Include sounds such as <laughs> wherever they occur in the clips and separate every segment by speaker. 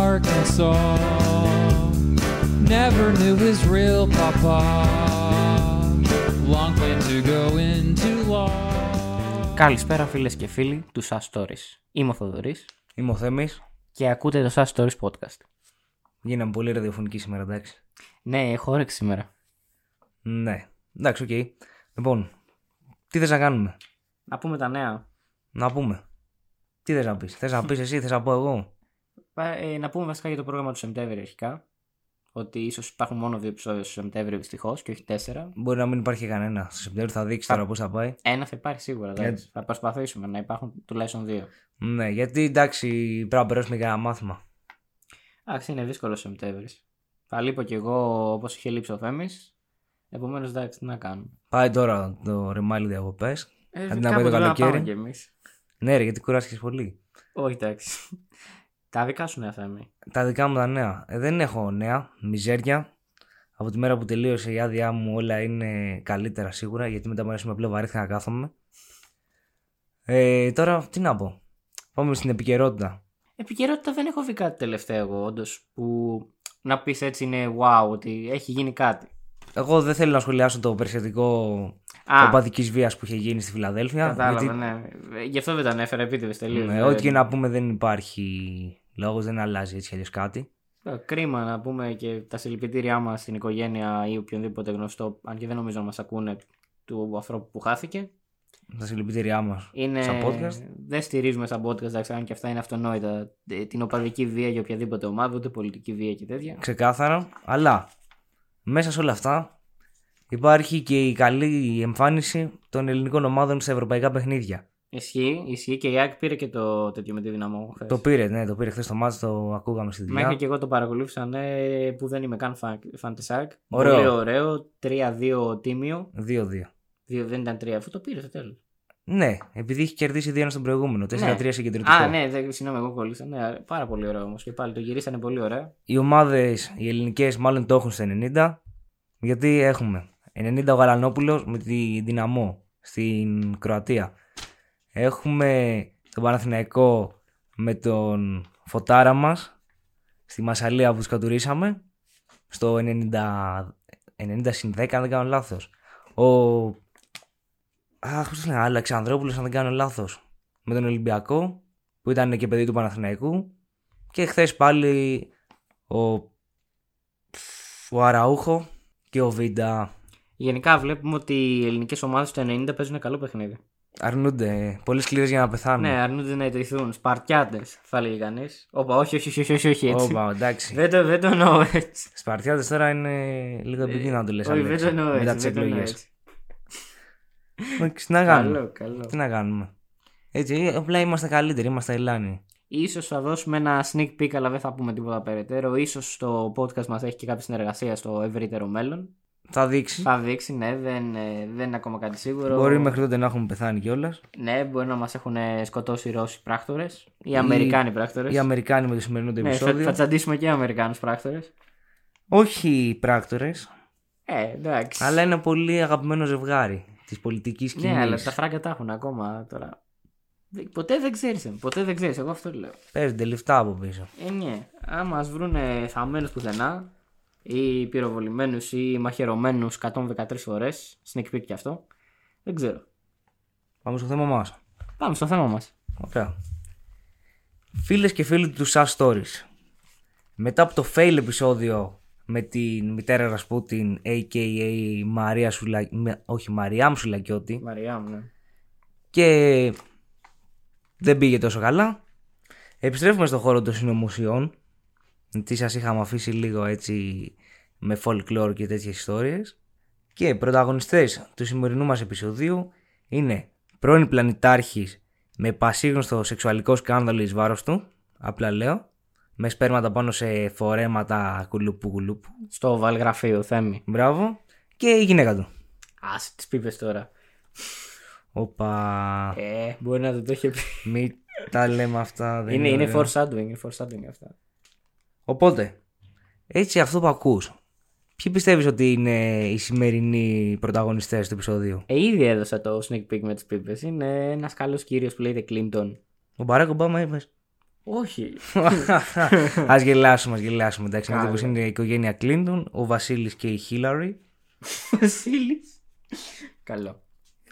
Speaker 1: Arkansas. Never knew his real papa. Long planned to go into law.
Speaker 2: Καλησπέρα φίλες και φίλοι του Sass Stories. Είμαι ο Θοδωρής
Speaker 3: Είμαι ο Θέμης.
Speaker 2: και ακούτε το Sass Stories podcast.
Speaker 3: Γίναμε πολύ ραδιοφωνικοί σήμερα, εντάξει.
Speaker 2: Ναι, έχω όρεξη σήμερα.
Speaker 3: Ναι. Εντάξει, οκ. Λοιπόν, τι θες να κάνουμε,
Speaker 2: Να πούμε τα νέα.
Speaker 3: να πούμε. Τι θες να πεις, θες να πεις εσύ, θες να πω εγώ.
Speaker 2: Ε, να πούμε βασικά για το πρόγραμμα του Σεπτέμβρη αρχικά. Ότι ίσως υπάρχουν μόνο δύο επεισόδια στο Σεπτέμβριο δυστυχώς και όχι τέσσερα.
Speaker 3: Μπορεί να μην υπάρχει κανένα. Στο Σεπτέμβριο θα δείξει τώρα πώς θα πάει.
Speaker 2: Ένα θα υπάρχει σίγουρα. εντάξει. Θα προσπαθήσουμε να υπάρχουν τουλάχιστον δύο.
Speaker 3: Ναι, γιατί εντάξει, πρέπει να περάσουμε για ένα μάθημα.
Speaker 2: Εντάξει, είναι δύσκολο ο Σεπτέμβρης. Θα λείπω κι εγώ όπως είχε λείψει ο Φέμη. Επομένως, εντάξει, τι να κάνουμε.
Speaker 3: Πάει τώρα το ρεμάλι διακοπές.
Speaker 2: Ε,
Speaker 3: Αντί να πάει το καλοκαίρι.
Speaker 2: κι εμείς.
Speaker 3: Ναι, ρε, γιατί κουράστηκες πολύ.
Speaker 2: Όχι, εντάξει. τα δικά σου ναι, νέα Φέμη.
Speaker 3: Τα δικά μου τα νέα. Ε, δεν έχω νέα, μιζέρια. Από τη μέρα που τελείωσε η άδειά μου όλα είναι καλύτερα σίγουρα, γιατί μετά μου αρέσουν απλά βαρύθηκα να κάθομαι. Ε, τώρα τι να πω. Πάμε στην επικαιρότητα.
Speaker 2: Επικαιρότητα δεν έχω δει κάτι τελευταίο εγώ, όντως. Που να πεις έτσι είναι wow, ότι έχει γίνει κάτι.
Speaker 3: Εγώ δεν θέλω να σχολιάσω το περιστατικό
Speaker 2: Α,
Speaker 3: οπαδική βίας που είχε γίνει στη Φιλαδέλφια.
Speaker 2: κατάλαβα, ναι. Ε, Γι' αυτό δεν τα ανέφερα επίτηδες τελείως.
Speaker 3: ναι, ό,τι και να πούμε δεν υπάρχει λόγος, δεν αλλάζει έτσι κι αλλιώς κάτι.
Speaker 2: Ε, Κρίμα να πούμε και τα συλληπιτήριά μας στην οικογένεια ή οποιονδήποτε γνωστό, αν και δεν νομίζω να μας ακούνε, του ανθρώπου που χάθηκε.
Speaker 3: Τα συλληπιτήριά μας.
Speaker 2: Είναι...
Speaker 3: Σαν podcast.
Speaker 2: Δεν στηρίζουμε σαν podcast, εντάξει, αν και αυτά είναι αυτονόητα. ε, Την οπαδική βία για οποιαδήποτε ομάδα, ούτε πολιτική βία και τέτοια.
Speaker 3: ξεκάθαρα. Αλλά μέσα σε όλα αυτά υπάρχει και η καλή εμφάνιση των ελληνικών ομάδων στα ευρωπαϊκά παιχνίδια.
Speaker 2: Ισχύει, ισχύει και η ΑΕΚ πήρε και το τέτοιο με τη δυναμό. χθες.
Speaker 3: Το πήρε, ναι, το πήρε χθες το μάτς, το ακούγαμε στη δουλειά.
Speaker 2: Μέχρι και εγώ το παρακολούθησα, ναι, που δεν είμαι καν φαν, φαν της ΑΕΚ.
Speaker 3: Ωραίο.
Speaker 2: Πολύ ωραίο, 3-2 τίμιο.
Speaker 3: 2-2.
Speaker 2: Δύο, δεν ήταν 3, αφού το πήρε στο τέλος.
Speaker 3: Ναι, επειδή είχε κερδίσει 2-1 στον προηγούμενο, 4-3
Speaker 2: Ναι.
Speaker 3: συγκεντρωτικό.
Speaker 2: Α, ναι, δεν, συγγνώμη, εγώ κολλήσα. Ναι, πάρα πολύ ωραίο όμως. Και πάλι το γυρίσανε πολύ ωραία.
Speaker 3: Οι ομάδες, οι ελληνικές, μάλλον το έχουν στο 90. Γιατί έχουμε 90 ο Γαλανόπουλος με τη Δυναμό στην Κροατία. Έχουμε τον Παναθηναϊκό με τον Φωτάρα μας στη Μασαλία που σκατουρίσαμε στο 90, 90 συν 10, αν δεν κάνω λάθος. Ο. Αχ, πώς λένε, Αλεξανδρόπουλος, αν δεν κάνω λάθος. Με τον Ολυμπιακό που ήταν και παιδί του Παναθηναϊκού. Και χθες πάλι ο, ο Αραούχο και ο Βίντα
Speaker 2: Γενικά βλέπουμε ότι οι ελληνικές ομάδες του 90 παίζουν καλό παιχνίδι.
Speaker 3: αρνούνται πολύ σκληρές για να πεθάνουν.
Speaker 2: Ναι, αρνούνται να ιδρυθούν. Σπαρτιάτες, θα λέγει κανείς. Όπα, όχι, όχι, όχι, όχι, όχι, όχι έτσι.
Speaker 3: Όπα, εντάξει.
Speaker 2: Δεν το, δεν το εννοώ έτσι.
Speaker 3: Σπαρτιάτες τώρα είναι λίγο επικίνδυνο να το λες.
Speaker 2: Ε, Όχι, δεν το εννοώ έτσι.
Speaker 3: Μετά τις
Speaker 2: δεν το εννοώ
Speaker 3: εκλογές.
Speaker 2: έτσι.
Speaker 3: Τι να κάνουμε.
Speaker 2: Καλό, καλό.
Speaker 3: Τι να κάνουμε. Έτσι, απλά είμαστε καλύτεροι, είμαστε Ελλάνοι.
Speaker 2: Ίσως θα δώσουμε ένα sneak peek, αλλά δεν θα πούμε τίποτα περαιτέρω. Ίσως το podcast μας έχει και κάποια συνεργασία στο ευρύτερο μέλλον.
Speaker 3: Θα δείξει.
Speaker 2: Θα δείξει, ναι, δεν, ε, δεν είναι ακόμα κάτι σίγουρο.
Speaker 3: Μπορεί μέχρι τότε να έχουμε πεθάνει κιόλας.
Speaker 2: Ναι, μπορεί να μας έχουν ε, σκοτώσει οι Ρώσοι πράκτορες ή Αμερικάνοι πράκτορες.
Speaker 3: Οι Αμερικάνοι με το σημερινό το
Speaker 2: Ναι, θα,
Speaker 3: επεισόδιο.
Speaker 2: θα τσαντήσουμε και Αμερικάνους πράκτορες.
Speaker 3: Όχι οι πράκτορες,
Speaker 2: Ε, εντάξει.
Speaker 3: αλλά ένα πολύ αγαπημένο ζευγάρι της πολιτικής κοινή.
Speaker 2: Ναι, αλλά τα φράγκα τα έχουν ακόμα τώρα. Δε- Ποτέ δεν ξέρεις, ε, ποτέ δεν ξέρεις, εγώ αυτό λέω.
Speaker 3: Παίρνετε λεφτά από πίσω.
Speaker 2: Ε, ναι. Αν μα βρούνε θαμμένους πουθενά ή πυροβολημένους ή μαχαιρωμένους 113 φορέ, sneak peek κι αυτό, δεν ξέρω.
Speaker 3: Πάμε στο θέμα μας.
Speaker 2: Πάμε στο θέμα μας.
Speaker 3: Ωραία. Φίλες και φίλοι του Sass Stories. Μετά από το fail επεισόδιο με τη μητέρα Ρασπούτιν, a.k.a. Μαρία Σουλα... με- όχι, Μαριάμ Σουλακιώτη,
Speaker 2: Μαριά μου, ναι.
Speaker 3: και δεν πήγε τόσο καλά, επιστρέφουμε στον χώρο των συνωμοσιών, τι σας είχαμε αφήσει λίγο έτσι με folklore και τέτοιες ιστορίες, και πρωταγωνιστές του σημερινού μας επεισοδίου είναι πρώην πλανητάρχης με πασίγνωστο σεξουαλικό σκάνδαλο εις βάρος του, απλά λέω, με σπέρματα πάνω σε φορέματα κουλούπου κουλούπου,
Speaker 2: Στο βαλγραφείο, Θέμη.
Speaker 3: μπράβο, και η γυναίκα του.
Speaker 2: Α, τις πίπες τώρα.
Speaker 3: Όπα,
Speaker 2: Ε, μπορεί να το είχε πει.
Speaker 3: μην τα λέμε αυτά. δεν
Speaker 2: Είναι, είναι
Speaker 3: ωραίο.
Speaker 2: foreshadowing, είναι foreshadowing αυτά.
Speaker 3: Οπότε, έτσι αυτό που ακούς, ποιοι πιστεύεις ότι είναι οι σημερινοί πρωταγωνιστές του επεισοδίου.
Speaker 2: Ε, ήδη έδωσα το sneak peek με τις πίπες. Είναι ένας καλός κύριος που λέγεται Clinton.
Speaker 3: Ο Μπαράκ Ομπάμα είπες.
Speaker 2: Όχι.
Speaker 3: Ας γελάσουμε, ας γελάσουμε. Εντάξει,
Speaker 2: Καλά.
Speaker 3: να πω είναι η οικογένεια Κλίντον, ο Βασίλης και η Χίλαρη.
Speaker 2: Βασίλης. Καλό.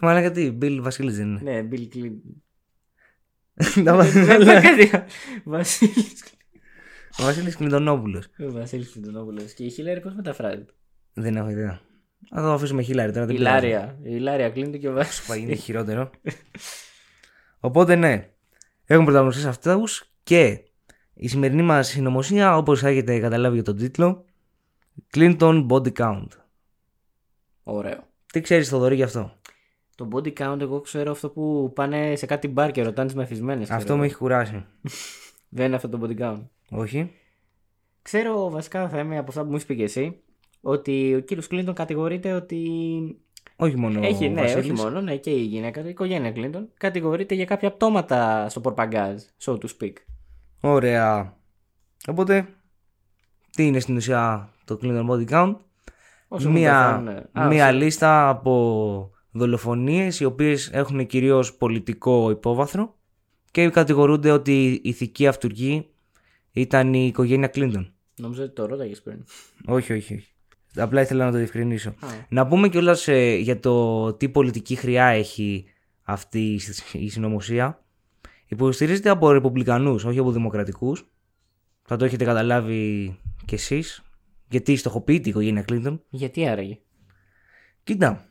Speaker 3: Μα λέγα τι, Μπιλ Βασίλης δεν είναι.
Speaker 2: Ναι, Bill Clinton. <laughs>
Speaker 3: Τα
Speaker 2: Δεν
Speaker 3: βα-
Speaker 2: είπα κάτι. Βασίλης.
Speaker 3: Ο Βασίλης Κλιντονόπουλο.
Speaker 2: Ο Βασίλης Κλιντονόπουλος και η Χίλαρη πώς μεταφράζεται.
Speaker 3: Δεν έχω ιδέα. Θα το αφήσουμε Χίλαρη τώρα.
Speaker 2: Η
Speaker 3: δεν πειράζει.
Speaker 2: Λάρια. Η Λάρια Κλίντον και ο Βασίλης.
Speaker 3: Θα είναι χειρότερο. Οπότε ναι, έχουμε πρωταγωνιστές αυτούς και η σημερινή μας συνωμοσία, όπως έχετε καταλάβει για τον τίτλο, Clinton Body Count.
Speaker 2: Ωραίο.
Speaker 3: Τι ξέρεις Θοδωρή γι' αυτό.
Speaker 2: Το body count, εγώ ξέρω αυτό που πάνε σε κάτι μπαρ και ρωτάνε τις μεθυσμένες.
Speaker 3: Αυτό με έχει κουράσει.
Speaker 2: Δεν είναι αυτό το body count.
Speaker 3: Όχι.
Speaker 2: Ξέρω βασικά θα είμαι από αυτά που μου είπε και εσύ ότι ο κύριος Κλίντον κατηγορείται ότι
Speaker 3: Όχι μόνο
Speaker 2: Έχει,
Speaker 3: ο
Speaker 2: ναι,
Speaker 3: Βασίλης.
Speaker 2: όχι μόνο, ναι, και η γυναίκα του, η οικογένεια Κλίντον, κατηγορείται για κάποια πτώματα στο πορπαγκάζ, so to speak.
Speaker 3: Ωραία. Οπότε, τι είναι στην ουσία το Clinton Body Count.
Speaker 2: Όσο
Speaker 3: μία,
Speaker 2: μου πεθάνουν, ε, α,
Speaker 3: μία
Speaker 2: όσο-
Speaker 3: λίστα από δολοφονίες οι οποίες έχουν κυρίως πολιτικό υπόβαθρο και κατηγορούνται ότι η ηθική αυτούργη ήταν η οικογένεια Κλίντον.
Speaker 2: Νομίζω ότι το ρώταγες πριν.
Speaker 3: Όχι, όχι, όχι. Απλά ήθελα να το διευκρινίσω.
Speaker 2: Α,
Speaker 3: Να πούμε κιόλας ε, για το τι πολιτική χρειά έχει αυτή η συ- η συνωμοσία. Υποστηρίζεται από ρεπουμπλικανούς, όχι από δημοκρατικούς. Θα το έχετε καταλάβει κι εσείς. Γιατί στοχοποιείται η οικογένεια Κλίντον.
Speaker 2: γιατί άραγε.
Speaker 3: Κοίτα,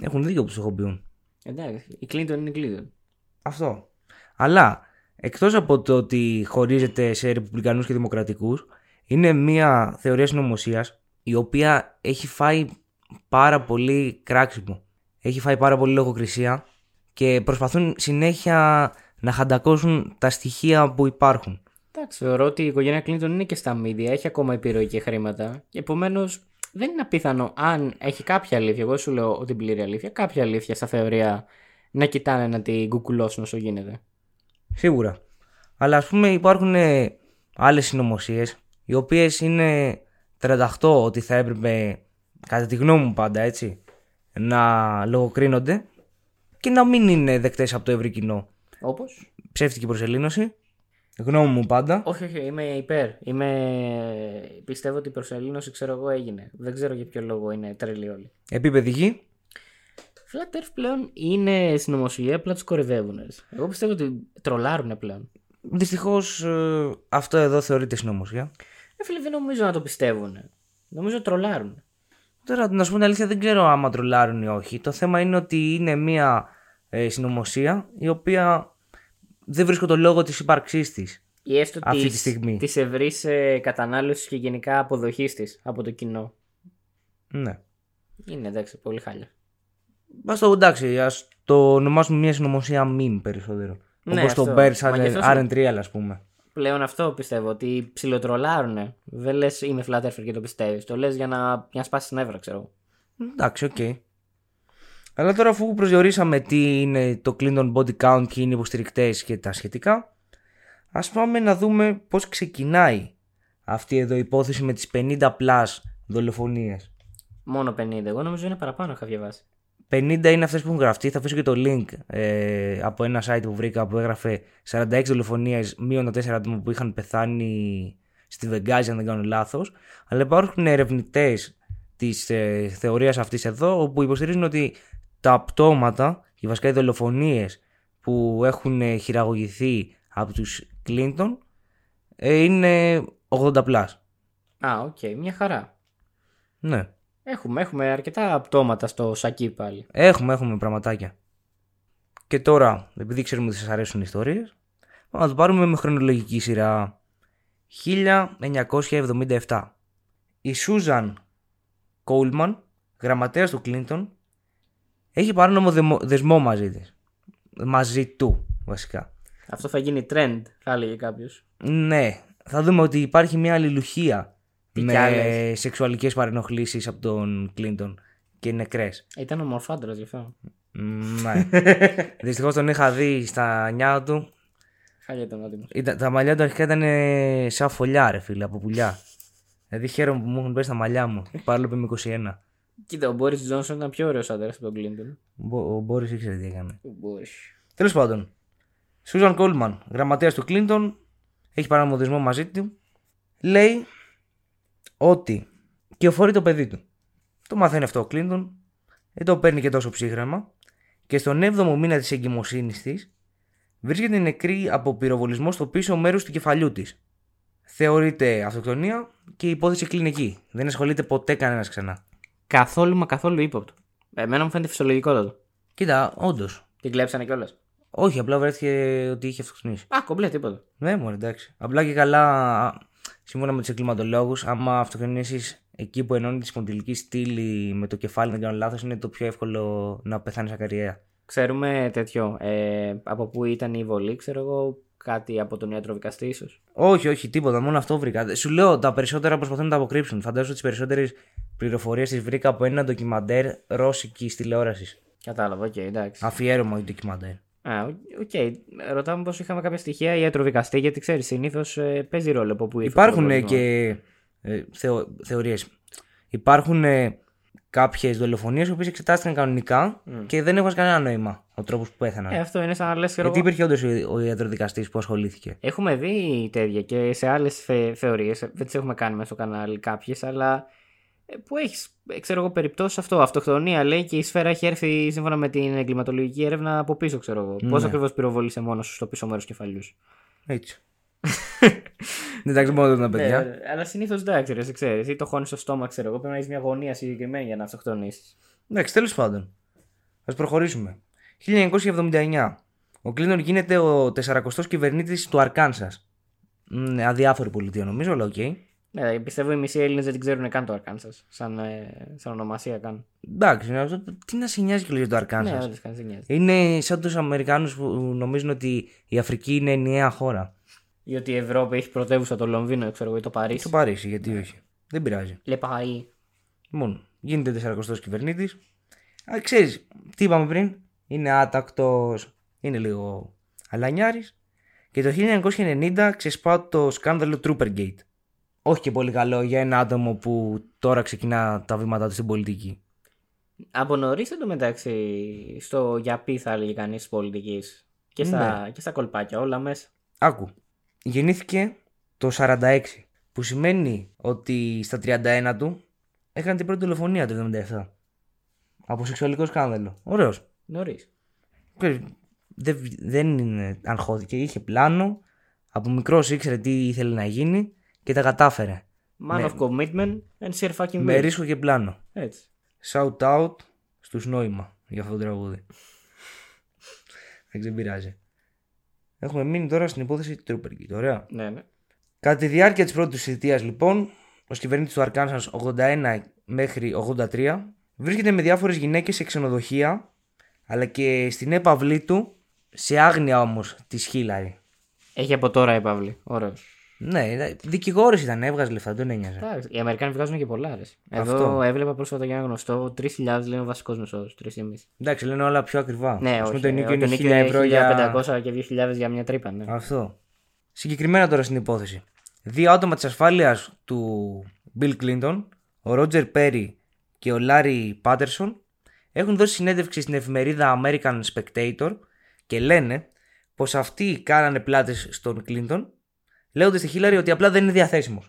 Speaker 3: έχουν δίκιο που στοχοποιούν.
Speaker 2: Εντάξει, η Κλίντον είναι η Κλίντον.
Speaker 3: Αυτό. Αλλά εκτός από το ότι χωρίζεται σε ρεπουμπλικανούς και δημοκρατικούς, είναι μια θεωρία συνωμοσίας η οποία έχει φάει πάρα πολύ κράξιμο. Έχει φάει πάρα πολύ λογοκρισία και προσπαθούν συνέχεια να χαντακώσουν τα στοιχεία που υπάρχουν.
Speaker 2: Εντάξει, θεωρώ ότι η οικογένεια Κλίντον είναι και στα μίδια, έχει ακόμα επιρροή και χρήματα. Επομένως, δεν είναι απίθανο αν έχει κάποια αλήθεια. Εγώ σου λέω την πλήρη αλήθεια, κάποια αλήθεια στα θεωρία να κοιτάνε να την κουκουλώσουν όσο γίνεται.
Speaker 3: Σίγουρα. Αλλά ας πούμε υπάρχουν ε, άλλες συνωμοσίες, οι οποίες είναι 38 ότι θα έπρεπε, κατά τη γνώμη μου πάντα έτσι, να λογοκρίνονται και να μην είναι δεκτές από το ευρύ κοινό.
Speaker 2: Όπως.
Speaker 3: Ψεύτικη προσελήνωση, γνώμη μου πάντα.
Speaker 2: Όχι, όχι, είμαι υπέρ. Είμαι... Πιστεύω ότι η προσελήνωση, ξέρω εγώ, έγινε. Δεν ξέρω για ποιο λόγο είναι τρελή όλοι.
Speaker 3: Επίπεδη γη,
Speaker 2: Flat Earth πλέον είναι συνωμοσία, απλά τους κορυδεύουν. έτσι. Εγώ πιστεύω ότι τρολάρουν πλέον.
Speaker 3: δυστυχώς ε, αυτό εδώ θεωρείται συνωμοσία.
Speaker 2: Ε, φίλε, δεν νομίζω να το πιστεύουν. Νομίζω τρολάρουν.
Speaker 3: Τώρα, να σου πω την αλήθεια, δεν ξέρω άμα τρολάρουν ή όχι. Το θέμα είναι ότι είναι μια ε, συνωμοσία η οποία δεν βρίσκω το λόγο της ύπαρξής της.
Speaker 2: Ή έστω
Speaker 3: Αυτή τη στιγμή.
Speaker 2: της ευρύς ε, κατανάλωσης και γενικά αποδοχής της από το κοινό.
Speaker 3: Ναι.
Speaker 2: Είναι εντάξει, πολύ χάλια.
Speaker 3: Ας το εντάξει, ας το ονομάσουμε μια συνωμοσία meme περισσότερο.
Speaker 2: Ναι,
Speaker 3: Όπως το
Speaker 2: αυτό.
Speaker 3: Bears
Speaker 2: Μα γι' αυτό σου-
Speaker 3: RN3, ας πούμε.
Speaker 2: Πλέον αυτό πιστεύω ότι ψιλοτρολάρουν. Δεν λες είμαι Flat Earth και το πιστεύεις. Το λες για να, για να σπάσεις νεύρα, ξέρω εγώ.
Speaker 3: Εντάξει, οκ. Αλλά τώρα αφού προσδιορίσαμε τι είναι το Clinton Body Count, ποιοι είναι οι υποστηρικτές και τα σχετικά, ας πάμε να δούμε πώς ξεκινάει αυτή εδώ η υπόθεση με τις 50 plus δολοφονίες.
Speaker 2: Μόνο 50. Εγώ νομίζω είναι παραπάνω, είχα διαβάσει.
Speaker 3: 50 είναι αυτές που έχουν γραφτεί. Θα αφήσω και το link ε, από ένα site που βρήκα που έγραφε 46 δολοφονίες μείον τα 4 άτομα που είχαν πεθάνει στη Βεγγάζη αν δεν κάνω λάθος. Αλλά υπάρχουν ερευνητές της ε, θεωρίας αυτής εδώ όπου υποστηρίζουν ότι τα πτώματα, οι βασικά οι δολοφονίες που έχουν ε, χειραγωγηθεί από τους Κλίντον ε, είναι 80 πλάς.
Speaker 2: Α, οκ, μια χαρά.
Speaker 3: Ναι.
Speaker 2: Έχουμε, έχουμε αρκετά πτώματα στο σακί πάλι.
Speaker 3: Έχουμε, έχουμε πραγματάκια. Και τώρα, επειδή ξέρουμε ότι σας αρέσουν οι ιστορίες, πάμε να το πάρουμε με χρονολογική σειρά. 1977. Η Σούζαν Κόουλμαν, γραμματέας του Κλίντον, έχει παράνομο δεμο- δεσμό μαζί της. Μαζί του, βασικά.
Speaker 2: Αυτό θα γίνει trend, θα έλεγε κάποιος.
Speaker 3: Ναι, θα δούμε ότι υπάρχει μια αλληλουχία
Speaker 2: Τι κι
Speaker 3: με
Speaker 2: άλλες.
Speaker 3: σεξουαλικές παρενοχλήσεις από τον Κλίντον και νεκρές.
Speaker 2: Ήταν ομορφάντρα γι' αυτό.
Speaker 3: Μ, Ναι. Δυστυχώς τον είχα δει στα νιά του.
Speaker 2: Χάλια ήταν ο άτιμο.
Speaker 3: Ήταν- τα μαλλιά του αρχικά ήταν ε, σαν φωλιά, ρε φίλε, από πουλιά. Δηλαδή χαίρομαι που μου έχουν πέσει τα μαλλιά μου. Παρόλο που είμαι 21.
Speaker 2: Κοίτα, ο Μπόρις Τζόνσον ήταν πιο ωραίος άντρας από τον Κλίντον.
Speaker 3: Ο Μπο- Ο Μπόρις ήξερε τι έκανε.
Speaker 2: Ο Μπόρις.
Speaker 3: Τέλος πάντων. Σούζαν Κόλμαν, γραμματέας του Κλίντον, έχει παραμοδισμό μαζί του, λέει ότι κυοφορεί το παιδί του. Το μαθαίνει αυτό ο Κλίντον, δεν το παίρνει και τόσο ψύχραμα και στον 7ο μήνα της εγκυμοσύνης της βρίσκεται νεκρή από πυροβολισμό στο πίσω μέρος του κεφαλιού της. Θεωρείται αυτοκτονία και η υπόθεση κλινική. Δεν ασχολείται ποτέ κανένας ξανά.
Speaker 2: Καθόλου μα καθόλου ύποπτο. Εμένα μου φαίνεται φυσιολογικότατο.
Speaker 3: Κοίτα, όντως.
Speaker 2: Την κλέψανε κιόλας.
Speaker 3: Όχι, απλά βρέθηκε ότι είχε αυτοκτονήσει.
Speaker 2: Α, κομπλέ τίποτα.
Speaker 3: Ναι, μωρέ, εντάξει. Απλά και καλά, σύμφωνα με τους εγκληματολόγους, άμα αυτοκτονήσει εκεί που ενώνει τη σπονδυλική στήλη με το κεφάλι, δεν κάνω λάθος, είναι το πιο εύκολο να πεθάνεις ακαριέα.
Speaker 2: Ξέρουμε τέτοιο. Ε, από πού ήταν η βολή, ξέρω εγώ. Κάτι από τον ιατροδικαστή, ίσως.
Speaker 3: Όχι, όχι, τίποτα, μόνο αυτό βρήκα. Σου λέω, τα περισσότερα προσπαθούν να τα αποκρύψουν. Φαντάζομαι ότι τις περισσότερες πληροφορίες τις βρήκα από ένα ντοκιμαντέρ ρώσικης τηλεόρασης.
Speaker 2: Κατάλαβα, οκ, εντάξει.
Speaker 3: Αφιέρωμα η ντοκιμαντέρ.
Speaker 2: Α, οκ. οκ. Ρωτάμε πώς είχαμε κάποια στοιχεία ιατροδικαστή, γιατί ξέρεις, συνήθως παίζει ρόλο από πού ήρθε. το
Speaker 3: Υπάρχουν ε,
Speaker 2: προβλήμα.
Speaker 3: και ε, θεω, θεωρίες. Υπάρχουν ε, κάποιες δολοφονίες οι οποίες εξετάστηκαν κανονικά και δεν έβγαζε κανένα νόημα ο τρόπος που πέθαναν.
Speaker 2: Ε, αυτό είναι σαν να λες, ξέρω
Speaker 3: Γιατί
Speaker 2: εγώ.
Speaker 3: υπήρχε όντως ο, ο ιατροδικαστής που ασχολήθηκε.
Speaker 2: Έχουμε δει τέτοια και σε άλλες θε, θεωρίες. Δεν τις έχουμε κάνει μέσα στο κανάλι κάποιες, αλλά ε, που έχει, ξέρω εγώ, περιπτώσει αυτό. Αυτοκτονία λέει και η σφαίρα έχει έρθει σύμφωνα με την εγκληματολογική έρευνα από πίσω, ξέρω εγώ. Πώς ακριβώς πυροβόλησε μόνος σου στο πίσω μέρος κεφαλιού. σου.
Speaker 3: Έτσι. <laughs> Εντάξει, μόνο τα παιδιά.
Speaker 2: Ε, αλλά συνήθως εντάξει, ρε, ξέρει. Ή το χώνεις στο στόμα, ξέρω εγώ. Πρέπει να έχεις μια γωνία συγκεκριμένη για να αυτοκτονήσεις.
Speaker 3: Εντάξει, τέλος πάντων. Ας προχωρήσουμε. 1979. Ο Κλίντον γίνεται ο 40ο κυβερνήτης του Αρκάνσας. Αδιάφορη πολιτεία νομίζω, αλλά οκ.
Speaker 2: Ναι, πιστεύω οι μισοί Έλληνες δεν την ξέρουν καν το Arkansas. Σαν, ε, σαν ονομασία καν.
Speaker 3: Εντάξει, να- τι να σε νοιάζει και για το Αρκάνσα.
Speaker 2: Ναι, όντως κανεί δεν νοιάζει.
Speaker 3: Είναι σαν τους Αμερικάνους που νομίζουν ότι η Αφρική είναι ενιαία χώρα.
Speaker 2: Γιατί η Ευρώπη έχει πρωτεύουσα το Λονδίνο, ξέρω εγώ, ή το
Speaker 3: Στο
Speaker 2: Παρίσι.
Speaker 3: Παρίσι, γιατί όχι. Δεν πειράζει.
Speaker 2: Le Paris.
Speaker 3: Λοιπόν, γίνεται 40ο κυβερνήτης. Α, ξέρεις, τι είπαμε πριν. Είναι άτακτος, είναι λίγο αλανιάρης. Και το 1990 ξεσπά το σκάνδαλο Troopergate. Όχι και πολύ καλό για ένα άτομο που τώρα ξεκινά τα βήματά του στην πολιτική.
Speaker 2: Από νωρίς εντωμεταξύ, στο γιαπί θα έλεγε κανείς της πολιτικής. Και, στα-
Speaker 3: Ναι.
Speaker 2: και στα κολπάκια, όλα μέσα.
Speaker 3: Άκου. Γεννήθηκε το 46, που σημαίνει ότι στα 31 του έκανε την πρώτη δολοφονία το 77. Από σεξουαλικό σκάνδαλο. Ωραίος.
Speaker 2: Νωρίς.
Speaker 3: Ξέρεις, Δεν, δεν είναι, αγχώθηκε, είχε πλάνο. Από μικρός ήξερε τι ήθελε να γίνει και τα κατάφερε.
Speaker 2: Man of commitment and sheer fucking
Speaker 3: Ναι. Με
Speaker 2: will.
Speaker 3: ρίσκο και πλάνο.
Speaker 2: Έτσι.
Speaker 3: Shout out στους νόημα για αυτό το τραγούδι. δεν πειράζει. Έχουμε μείνει τώρα στην υπόθεση του Τρούπεργκιτ. Ωραία.
Speaker 2: Ναι, ναι.
Speaker 3: Κατά τη διάρκεια της πρώτης θητείας, λοιπόν, ο κυβερνήτης του Αρκάνσα 81 μέχρι 83 βρίσκεται με διάφορες γυναίκες σε ξενοδοχεία, αλλά και στην έπαυλή του, σε άγνοια όμως της Χίλαρη.
Speaker 2: Έχει από τώρα η Παύλη. Ωραίος.
Speaker 3: Ναι, δικηγόρο ήταν, έβγαζε λεφτά, δεν ένοιαζε.
Speaker 2: Εντάξει, Οι Αμερικάνοι βγάζουν και πολλά, ρε. Εδώ
Speaker 3: Αυτό.
Speaker 2: έβλεπα πρόσφατα για ένα γνωστό 3.000 λέει ο βασικός μισός. 3.500.
Speaker 3: Εντάξει, λένε όλα πιο ακριβά.
Speaker 2: Ναι,
Speaker 3: Ας πούμε,
Speaker 2: όχι.
Speaker 3: το νίκιο είναι 1000
Speaker 2: νίκιο είναι
Speaker 3: ευρώ για.
Speaker 2: 1500 και 2.000 για μια τρύπα. Ναι.
Speaker 3: Αυτό. Συγκεκριμένα τώρα στην υπόθεση. Δύο άτομα της ασφάλειας του Bill Clinton, ο Ρότζερ Πέρι και ο Λάρι Πάτερσον, έχουν δώσει συνέντευξη στην εφημερίδα American Spectator και λένε πως αυτοί κάνανε πλάτες στον Clinton, λέγοντα στη Χίλαρη ότι απλά δεν είναι διαθέσιμος.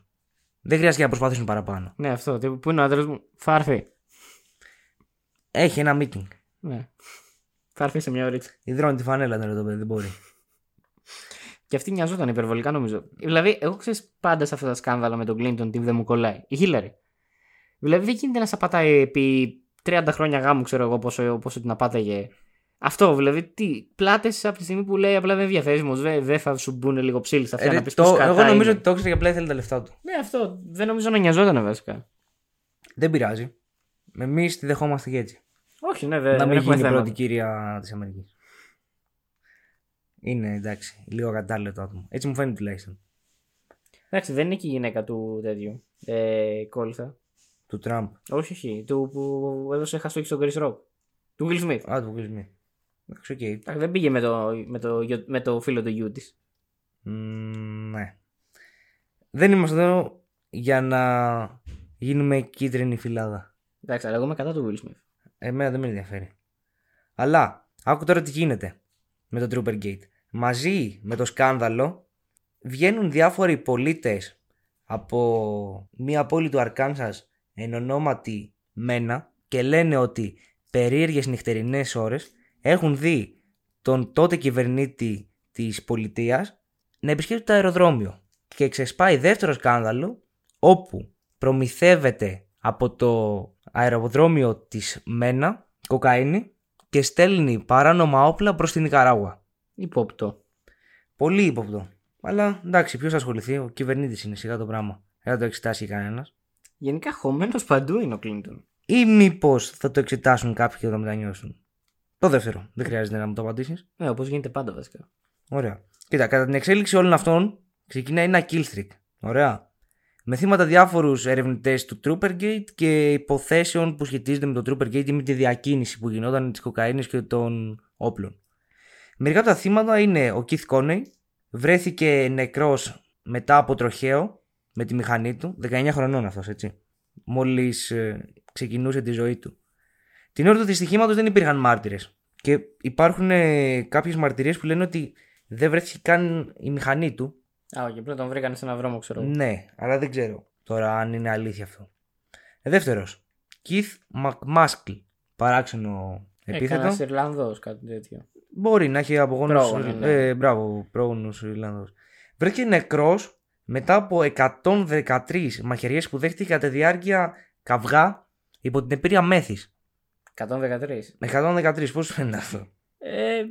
Speaker 3: Δεν χρειάζεται να προσπαθήσουν παραπάνω.
Speaker 2: ναι, αυτό. τύπου, Πού είναι ο άντρα μου. Θα έρθει.
Speaker 3: Έχει ένα meeting.
Speaker 2: Ναι. Θα έρθει σε μια ωρίτσα.
Speaker 3: Ιδρώνει τη φανέλα τώρα το παιδί, δεν μπορεί.
Speaker 2: Και αυτή νοιαζόταν υπερβολικά νομίζω. Δηλαδή, εγώ ξέρω πάντα σε αυτά τα σκάνδαλα με τον Κλίντον τι δεν μου κολλάει. Η Χίλαρη. Δηλαδή, δεν γίνεται να σαπατάει επί 30 χρόνια γάμου, ξέρω εγώ πόσο, πόσο την απάταγε. Αυτό, δηλαδή, τι πλάτες από τη στιγμή που λέει απλά δεν διαθέσιμος, δεν δε θα σου μπουν λίγο ψήλοι στα αυτιά
Speaker 3: Ε,
Speaker 2: να
Speaker 3: ρε,
Speaker 2: πεις
Speaker 3: το-
Speaker 2: πως
Speaker 3: εγώ
Speaker 2: κατά
Speaker 3: νομίζω
Speaker 2: είναι.
Speaker 3: ότι το ήξερε και απλά ήθελε τα λεφτά του.
Speaker 2: Ναι, αυτό. Δεν νομίζω να νοιαζόταν βασικά.
Speaker 3: Δεν πειράζει. Εμείς τη δεχόμαστε και έτσι.
Speaker 2: Όχι, ναι, δεν
Speaker 3: να
Speaker 2: δεν
Speaker 3: μην
Speaker 2: έχουμε
Speaker 3: γίνει
Speaker 2: θέμα.
Speaker 3: πρώτη κύρια της Αμερικής. Είναι εντάξει, λίγο κατάλληλο το άτομο. Έτσι μου φαίνεται τουλάχιστον.
Speaker 2: Εντάξει, δεν είναι και η γυναίκα του τέτοιου. Ε, κόλλησα.
Speaker 3: Του Τραμπ.
Speaker 2: Όχι, όχι. Του που έδωσε χαστούκι στον Chris Rock. Του Will Smith.
Speaker 3: Α, του Will Smith. Εντάξει, οκ.
Speaker 2: Εντάξει, δεν πήγε με το, με το, γιο- με το φίλο του γιού της.
Speaker 3: Μμμ, ναι. Δεν είμαστε εδώ για να γίνουμε κίτρινη φυλάδα.
Speaker 2: Εντάξει, αλλά εγώ είμαι κατά του Will Smith.
Speaker 3: Εμένα δεν με ενδιαφέρει. Αλλά, άκου τώρα τι γίνεται με το Trooper Gate. Μαζί με το σκάνδαλο βγαίνουν διάφοροι πολίτες από μία πόλη του Αρκάνσας εν ονόματι Μένα και λένε ότι περίεργες νυχτερινές ώρες έχουν δει τον τότε κυβερνήτη της πολιτείας να επισκέπτεται το αεροδρόμιο και ξεσπάει δεύτερο σκάνδαλο όπου προμηθεύεται από το αεροδρόμιο της Μένα κοκαίνη και στέλνει παράνομα όπλα προς την Ικαράγουα.
Speaker 2: Υπόπτω.
Speaker 3: Πολύ ύποπτο. Αλλά εντάξει, ποιος θα ασχοληθεί, ο κυβερνήτης είναι σιγά το πράγμα. Δεν θα το εξετάσει κανένας.
Speaker 2: Γενικά χωμένος παντού είναι ο Κλίντον.
Speaker 3: Ή μήπως θα το εξετάσουν κάποιοι και θα μετανιώσουν. Το δεύτερο. Δεν χρειάζεται να μου το απαντήσεις.
Speaker 2: Ε, όπως γίνεται πάντα βασικά.
Speaker 3: Ωραία. Κοίτα, κατά την εξέλιξη όλων αυτών ξεκινάει ένα kill streak. Ωραία. Με θύματα διάφορους ερευνητές του Troopergate και υποθέσεων που σχετίζονται με το Troopergate ή με τη διακίνηση που γινόταν της κοκαίνης και των όπλων. Μερικά από τα θύματα είναι ο Keith Coney, βρέθηκε νεκρός μετά από τροχαίο με τη μηχανή του, 19 χρονών αυτός έτσι, μόλις ε, ξεκινούσε τη ζωή του. Την ώρα του δυστυχήματος δεν υπήρχαν μάρτυρες και υπάρχουν ε, κάποιες μαρτυρίες που λένε ότι δεν βρέθηκε καν η μηχανή του,
Speaker 2: Α, όχι, απλά τον βρήκανε σε ένα δρόμο, ξέρω εγώ.
Speaker 3: ναι, αλλά δεν ξέρω τώρα αν είναι αλήθεια αυτό. Ε, δεύτερος, Keith McMaskill, παράξενο
Speaker 2: Ε,
Speaker 3: επίθετο.
Speaker 2: Ένα Ιρλανδός, κάτι τέτοιο.
Speaker 3: Μπορεί να έχει απογόνους
Speaker 2: Πρόγονος, ναι.
Speaker 3: Ε, μπράβο, πρόγονος Ιρλανδός. Βρέθηκε νεκρός μετά από 113 μαχαιριές που δέχτηκε κατά τη διάρκεια καυγά υπό την επίρρεια μέθης.
Speaker 2: 113.
Speaker 3: 113, πώς σου φαίνεται αυτό.
Speaker 2: Ε,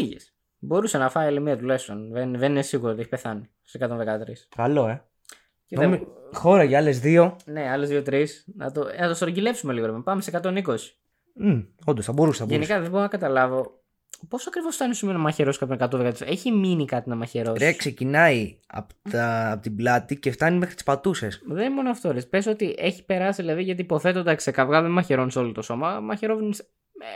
Speaker 2: Λίγες. Μπορούσε να φάει άλλη μία τουλάχιστον. Δεν, δεν είναι σίγουρο ότι έχει πεθάνει σε 113.
Speaker 3: Καλό, ε.
Speaker 2: Και
Speaker 3: Νομι... Χώρα για άλλες δύο.
Speaker 2: Ναι, άλλες δύο-τρει. Να το, ε, να το στρογγυλέψουμε λίγο. ρε παιδί. Πάμε σε 120.
Speaker 3: Μμ, όντως, θα μπορούσε, θα μπορούσε.
Speaker 2: Γενικά δεν μπορώ να καταλάβω πόσο ακριβώ θα είναι σημείο να μαχαιρώσει κάποιον 113. Έχει μείνει κάτι να μαχαιρώσει.
Speaker 3: Ρε, ξεκινάει από τα... απ την πλάτη και φτάνει μέχρι τις πατούσες.
Speaker 2: Δεν είναι μόνο αυτό. Ρε. Πες ότι έχει περάσει, δηλαδή, γιατί υποθέτω ότι σε καυγά δεν μαχαιρώνει όλο το σώμα, μαχαιρώνει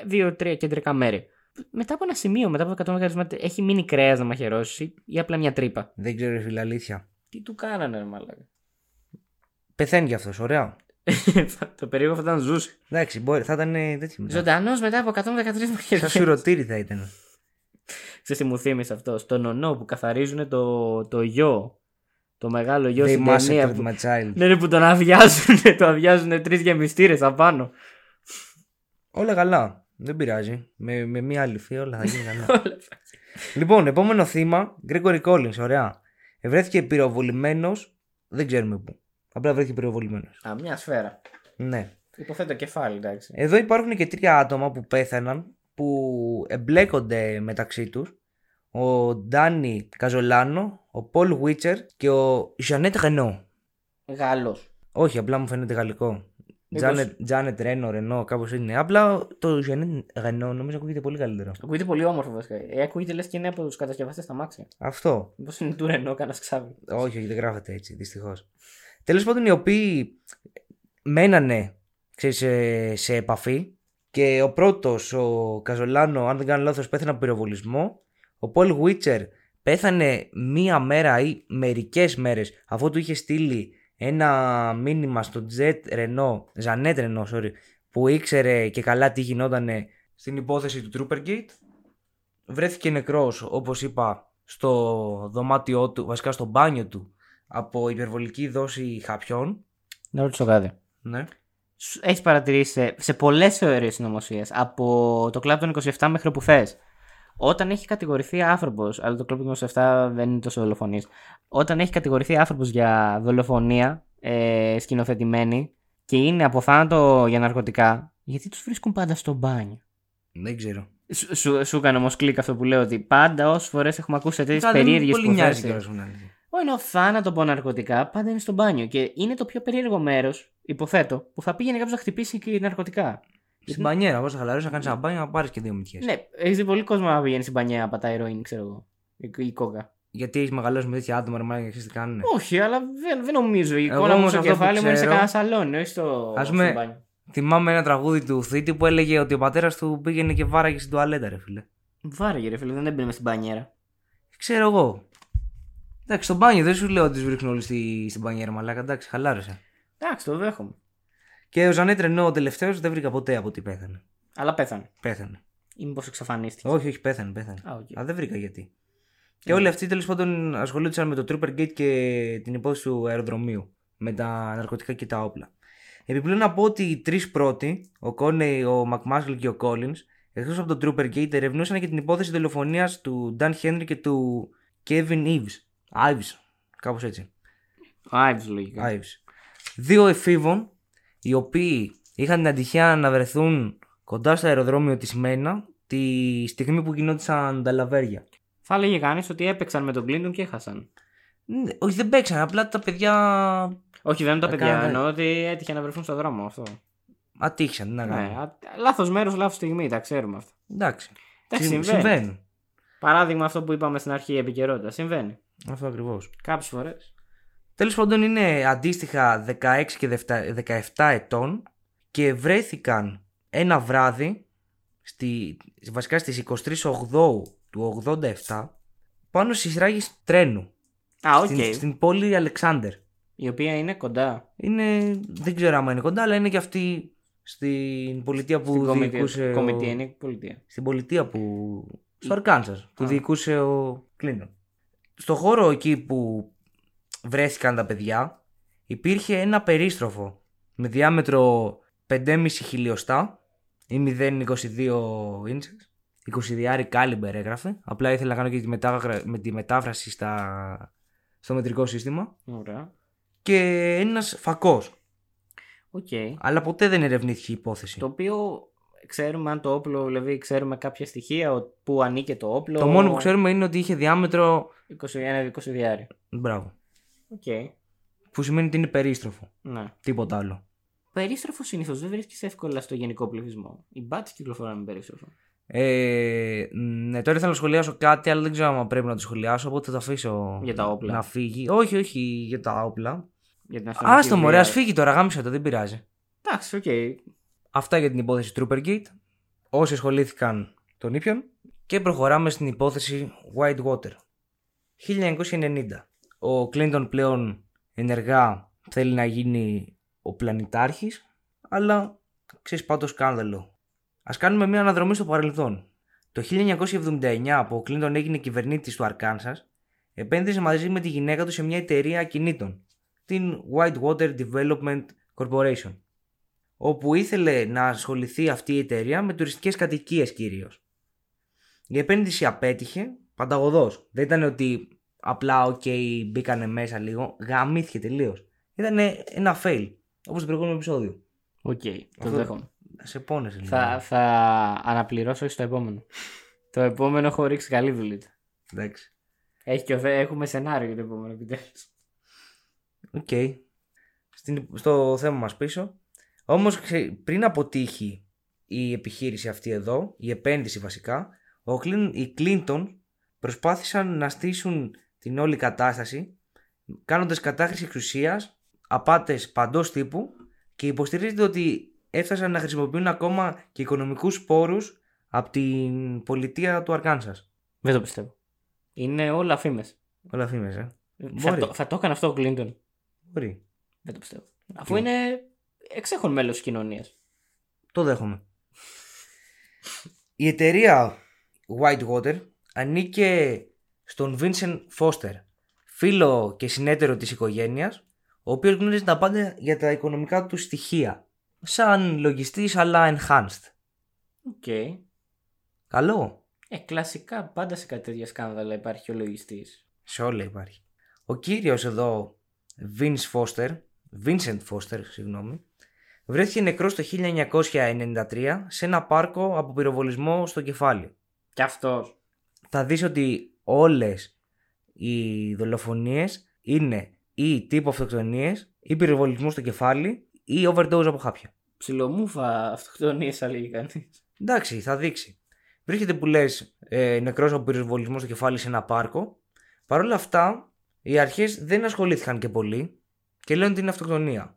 Speaker 2: δύο-τρία κεντρικά μέρη. Μετά από ένα σημείο, μετά από 100 μέτρα, έχει μείνει κρέας να μαχαιρώσει ή απλά μια τρύπα.
Speaker 3: Δεν ξέρω, ρε φίλε, αλήθεια.
Speaker 2: Τι του κάνανε, ρε μαλάκα.
Speaker 3: Πεθαίνει κι αυτός, ωραία.
Speaker 2: το περίεργο θα ήταν ζούσε.
Speaker 3: Εντάξει, μπορεί, θα ήταν ε, τέτοιο. μετά.
Speaker 2: Ζωντανός Ναι. μετά από 113
Speaker 3: Σαν
Speaker 2: μαχαιρώσει.
Speaker 3: σουρωτήρι θα ήταν.
Speaker 2: Ξέρεις τι μου θύμισε αυτό. Στο νονό που καθαρίζουν το, το γιο. Το μεγάλο γιο
Speaker 3: They
Speaker 2: στην
Speaker 3: must have
Speaker 2: ταινία.
Speaker 3: killed
Speaker 2: Που...
Speaker 3: my child.
Speaker 2: Ναι, ρε, που τον αδειάζουν. το αδειάζουν τρεις γεμιστήρες απάνω.
Speaker 3: Όλα καλά. Δεν πειράζει. Με, με μία άλλη φύα όλα θα γίνει καλά.
Speaker 2: <laughs> Όλα αυτά.
Speaker 3: λοιπόν, επόμενο θύμα, Gregory Collins, ωραία. Ε, Βρέθηκε πυροβολημένος, δεν ξέρουμε πού. Απλά βρέθηκε πυροβολημένος.
Speaker 2: Α, μια σφαίρα.
Speaker 3: Ναι.
Speaker 2: Υποθέτω κεφάλι, εντάξει.
Speaker 3: Εδώ υπάρχουν και τρία άτομα που πέθαναν, που εμπλέκονται μεταξύ τους. Ο Ντάνι Καζολάνο, ο Πολ Βίτσερ και ο Ζανέτ Ρενό.
Speaker 2: Γάλλος.
Speaker 3: Όχι, απλά μου φαίνεται γαλλικό.
Speaker 2: Μήπως-
Speaker 3: Τζάνετ Ρένο, Ρενό, κάπως είναι. Απλά το Ζανέτ Ρενό νομίζω ακούγεται πολύ καλύτερο.
Speaker 2: Ακούγεται πολύ όμορφο βασικά. Ε, ακούγεται λες και είναι από τους κατασκευαστές στα μάξια.
Speaker 3: Αυτό.
Speaker 2: Μήπως είναι του Ρενό, κανένας ξάβι.
Speaker 3: Όχι, όχι, δεν γράφεται έτσι, δυστυχώς. Τέλος πάντων, οι οποίοι μένανε ξέρεις, σε, σε επαφή και ο πρώτος, ο Καζολάνο, αν δεν κάνω λάθος, πέθανε από πυροβολισμό. Ο Πολ Βίτσερ πέθανε μία μέρα ή μερικές μέρες αφού του είχε στείλει ένα μήνυμα στο Τζετ Ρενό, Ζανέτ Ρενό, sorry, που ήξερε και καλά τι γινότανε στην υπόθεση του Troopergate. Βρέθηκε νεκρός, όπως είπα, στο δωμάτιό του, βασικά στο μπάνιο του, από υπερβολική δόση χαπιών.
Speaker 2: Να ρωτήσω κάτι.
Speaker 3: Ναι.
Speaker 2: Έχεις παρατηρήσει σε, σε πολλές θεωρίες συνωμοσίε από το κλαμπ των 27 μέχρι όπου θες. Όταν έχει κατηγορηθεί άνθρωπος, αλλά το κλαμπ των 27 δεν είναι τόσο δολοφονή. Όταν έχει κατηγορηθεί άνθρωπος για δολοφονία ε, σκηνοθετημένη και είναι από θάνατο για ναρκωτικά, γιατί τους βρίσκουν πάντα στο μπάνιο.
Speaker 3: Δεν ξέρω.
Speaker 2: Σου, σου, σου έκανε όμως κλικ αυτό που λέω ότι πάντα όσες φορές έχουμε ακούσει τέτοιες
Speaker 3: Καλά, δεν με
Speaker 2: περίεργες
Speaker 3: πολύ νοιάζει
Speaker 2: υποθέσεις.
Speaker 3: κιόλας, μου να λέει.
Speaker 2: Ό, ενώ θάνατο από ναρκωτικά πάντα είναι στο μπάνιο. Και είναι το πιο περίεργο μέρος, υποθέτω, που θα πήγαινε κάποιος να χτυπήσει και ναρκωτικά.
Speaker 3: Στην πανιέρα, πώ θα χαλαρώσει, να κάνεις ένα μπάνιο, να πάρεις και δύο μυτιέ.
Speaker 2: Ναι, έχεις δει πολύ κόσμο να πηγαίνει στην πανιά να πατάει ηρωίνη, ξέρω εγώ. Ή- Ή
Speaker 3: Ναι.
Speaker 2: κόκα.
Speaker 3: Γιατί έχεις μεγαλώσει με τέτοια άτομα, ρε μάλλον ξέρεις τι κάνουν.
Speaker 2: Όχι, αλλά δεν, δεν νομίζω. Η
Speaker 3: Εγώ
Speaker 2: εικόνα μου
Speaker 3: όμως
Speaker 2: στο
Speaker 3: αυτό που
Speaker 2: κεφάλι μου είναι σε
Speaker 3: ξέρω-
Speaker 2: κανένα σαλόνι, όχι στο,
Speaker 3: Ας
Speaker 2: στο
Speaker 3: με-
Speaker 2: μπάνιο.
Speaker 3: Θυμάμαι ένα τραγούδι του Θήτη που έλεγε ότι ο πατέρας του πήγαινε και βάραγε στην τουαλέτα, ρε φίλε.
Speaker 2: Βάραγε ρε φίλε, δεν έμπαινε μες στην πανιέρα.
Speaker 3: Ξέρω εγώ. Εντάξει, στο μπάνιο δεν σου λέω ότι του βρίσκουν όλοι στη, στην πανιέρα, μαλάκα. Εντάξει, χαλάρωσε.
Speaker 2: Εντάξει, το δέχομαι.
Speaker 3: Και ο Ζανέτ Ρενό, ο τελευταίος, δεν βρήκα ποτέ από τι πέθανε.
Speaker 2: Αλλά πέθανε.
Speaker 3: Πέθανε.
Speaker 2: Ή μήπως εξαφανίστηκε.
Speaker 3: Όχι, όχι, πέθανε, πέθανε.
Speaker 2: Α, οκ.
Speaker 3: Α, δεν βρήκα γιατί. Και όλοι αυτοί τέλος πάντων ασχολούνταν με το Trooper Gate και την υπόθεση του αεροδρομίου. Με τα ναρκωτικά και τα όπλα. Επιπλέον να πω ότι οι τρεις πρώτοι, ο Κόνεϊ, ο Μακμάσλ και ο Κόλλιν, εκτός από τον Trooper Gate, ερευνούσαν και την υπόθεση δολοφονίας του Dan Henry και του Kevin Ives. Ives, κάπως έτσι.
Speaker 2: Άιβς λογικά.
Speaker 3: Ives. Δύο εφήβων, οι οποίοι είχαν την ατυχία να βρεθούν κοντά στο αεροδρόμιο της Μένα τη στιγμή που γινόντουσαν τα λαβέρια.
Speaker 2: Θα έλεγε κανείς ότι έπαιξαν με τον Κλίντον και έχασαν.
Speaker 3: Ναι, Όχι, δεν παίξαν. Απλά τα παιδιά
Speaker 2: Όχι, δεν είναι τα παιδιά.
Speaker 3: Έκαναν-
Speaker 2: Εννοώ ότι έτυχε να βρεθούν στον δρόμο αυτό.
Speaker 3: ατύχησαν. Τι να κάνουν.
Speaker 2: Ναι, λάθος μέρος, λάθος στιγμή, τα ξέρουμε αυτά.
Speaker 3: Εντάξει.
Speaker 2: Εντάξει,
Speaker 3: Συ-
Speaker 2: συμβαίνει.
Speaker 3: Συμβαίνουν. Παράδειγμα
Speaker 2: Παράδειγμα αυτό που είπαμε στην αρχή, η επικαιρότητα. Συμβαίνει.
Speaker 3: Αυτό ακριβώς.
Speaker 2: Κάποιες φορές.
Speaker 3: Τέλος πάντων, είναι αντίστοιχα 16 και 17 17 ετών και βρέθηκαν ένα βράδυ, στη, βασικά στις 23 Οκτώου του 87, πάνω στη σειράγηση τρένου
Speaker 2: Α, οκ.
Speaker 3: στην, στην πόλη Αλεξάνδερ.
Speaker 2: Η οποία είναι κοντά.
Speaker 3: Είναι, δεν ξέρω άμα είναι κοντά, αλλά είναι και αυτή στην πολιτεία που
Speaker 2: Στην κομιτεία-
Speaker 3: διοικούσε. ο-
Speaker 2: κομιτεία είναι η πολιτεία.
Speaker 3: Στην πολιτεία που. Στο Αρκάνσας, που
Speaker 2: Α.
Speaker 3: διοικούσε ο Κλίντον. Στο χώρο εκεί που βρέθηκαν τα παιδιά, υπήρχε ένα περίστροφο με διάμετρο 5,5 χιλιοστά ή 0,22 ίντσες. 20 κάλιμπερ έγραφε. Απλά ήθελα να κάνω και τη, μετάγρα- με τη μετάφραση στα... στο μετρικό σύστημα.
Speaker 2: Ωραία.
Speaker 3: Και ένας φακός.
Speaker 2: Οκ.
Speaker 3: Αλλά ποτέ δεν ερευνήθηκε η υπόθεση.
Speaker 2: Το οποίο ξέρουμε αν το όπλο, δηλαδή ξέρουμε κάποια στοιχεία ο- που ανήκε το όπλο.
Speaker 3: Το μόνο που ξέρουμε είναι ότι είχε διάμετρο.
Speaker 2: 21-20 διάρρη.
Speaker 3: Μπράβο.
Speaker 2: Οκ.
Speaker 3: Που σημαίνει ότι είναι περίστροφο.
Speaker 2: Ναι.
Speaker 3: Τίποτα άλλο.
Speaker 2: Περίστροφο συνήθως δεν βρίσκεις εύκολα στο γενικό πληθυσμό. Οι μπάτε κυκλοφορούν με περίστροφο.
Speaker 3: Ε, ναι, τώρα ήθελα να σχολιάσω κάτι, αλλά δεν ξέρω αν πρέπει να το σχολιάσω, οπότε θα το αφήσω
Speaker 2: Για τα όπλα.
Speaker 3: να φύγει. Όχι, όχι για τα όπλα.
Speaker 2: Για την αστυνομική
Speaker 3: Άστο μωρέ,
Speaker 2: βία.
Speaker 3: ας φύγει τώρα, γάμισε το, δεν πειράζει.
Speaker 2: Εντάξει, οκ.
Speaker 3: Αυτά για την υπόθεση Troopergate. Όσοι ασχολήθηκαν τον ήπιον. Και προχωράμε στην υπόθεση Whitewater. 1990. Ο Κλίντον πλέον ενεργά θέλει να γίνει ο πλανητάρχης, αλλά ξεσπά το σκάνδαλο. Ας κάνουμε μια αναδρομή στο παρελθόν. Το 1979 που ο Κλίντον έγινε κυβερνήτης του Αρκάνσας, επένδυσε μαζί με τη γυναίκα του σε μια εταιρεία ακινήτων, την Whitewater Development Corporation όπου ήθελε να ασχοληθεί αυτή η εταιρεία με τουριστικές κατοικίες κυρίως. Η επένδυση απέτυχε πανταγωδός. Δεν ήταν ότι απλά οκ μπήκανε μέσα λίγο, γαμήθηκε τελείως. Ήταν ένα fail, όπως το προηγούμενο επεισόδιο.
Speaker 2: Οκ. Το
Speaker 3: Αυτό-
Speaker 2: δέχομαι.
Speaker 3: Σε πόνεσαι λίγο.
Speaker 2: Θα, θα αναπληρώσω στο επόμενο. το επόμενο έχω ρίξει καλή δουλειά.
Speaker 3: Εντάξει.
Speaker 2: Έχει και ο Θε- έχουμε σενάριο για το επόμενο επιτέλους.
Speaker 3: Οκ. Στην- Στο θέμα μας πίσω. Όμως ξε- πριν αποτύχει η επιχείρηση αυτή εδώ, η επένδυση βασικά, ο Κλίν, οι Κλίντον προσπάθησαν να στήσουν την όλη κατάσταση κάνοντας κατάχρηση εξουσίας, απάτες παντός τύπου και υποστηρίζεται ότι έφτασαν να χρησιμοποιούν ακόμα και οικονομικούς πόρους από την πολιτεία του Αρκάνσας.
Speaker 2: Δεν το πιστεύω. Είναι όλα φήμες.
Speaker 3: Όλα φήμες, ε.
Speaker 2: Θα,
Speaker 3: Μπορεί.
Speaker 2: το- θα το έκανε αυτό ο Κλίντον.
Speaker 3: Μπορεί.
Speaker 2: Δεν το πιστεύω. Αφού είναι εξέχον μέλος της κοινωνίας.
Speaker 3: Το δέχομαι. Η εταιρεία Whitewater ανήκε στον Vincent Foster, φίλο και συνέτερο της οικογένειας, ο οποίος γνώριζε τα πάντα για τα οικονομικά του στοιχεία, σαν λογιστής αλλά enhanced.
Speaker 2: Οκ.
Speaker 3: Καλό,
Speaker 2: Ε, κλασικά πάντα σε κάτι τέτοια σκάνδαλα υπάρχει ο λογιστής.
Speaker 3: σε όλα υπάρχει. Ο κύριος εδώ, Vince Foster, Vincent Foster, συγγνώμη, βρέθηκε νεκρός το 1993 σε ένα πάρκο από πυροβολισμό στο κεφάλι.
Speaker 2: Κι αυτός.
Speaker 3: θα δεις ότι όλες οι δολοφονίες είναι ή τύπο αυτοκτονίες ή πυροβολισμού στο κεφάλι ή overdose από χάπια.
Speaker 2: Ψιλομούφα αυτοκτονίες, θα λέγει κανείς.
Speaker 3: Εντάξει, θα δείξει. Βρίσκεται που λες ε, νεκρός από πυροβολισμό στο κεφάλι σε ένα πάρκο. Παρ' όλα αυτά, οι αρχές δεν ασχολήθηκαν και πολύ και λένε ότι είναι αυτοκτονία.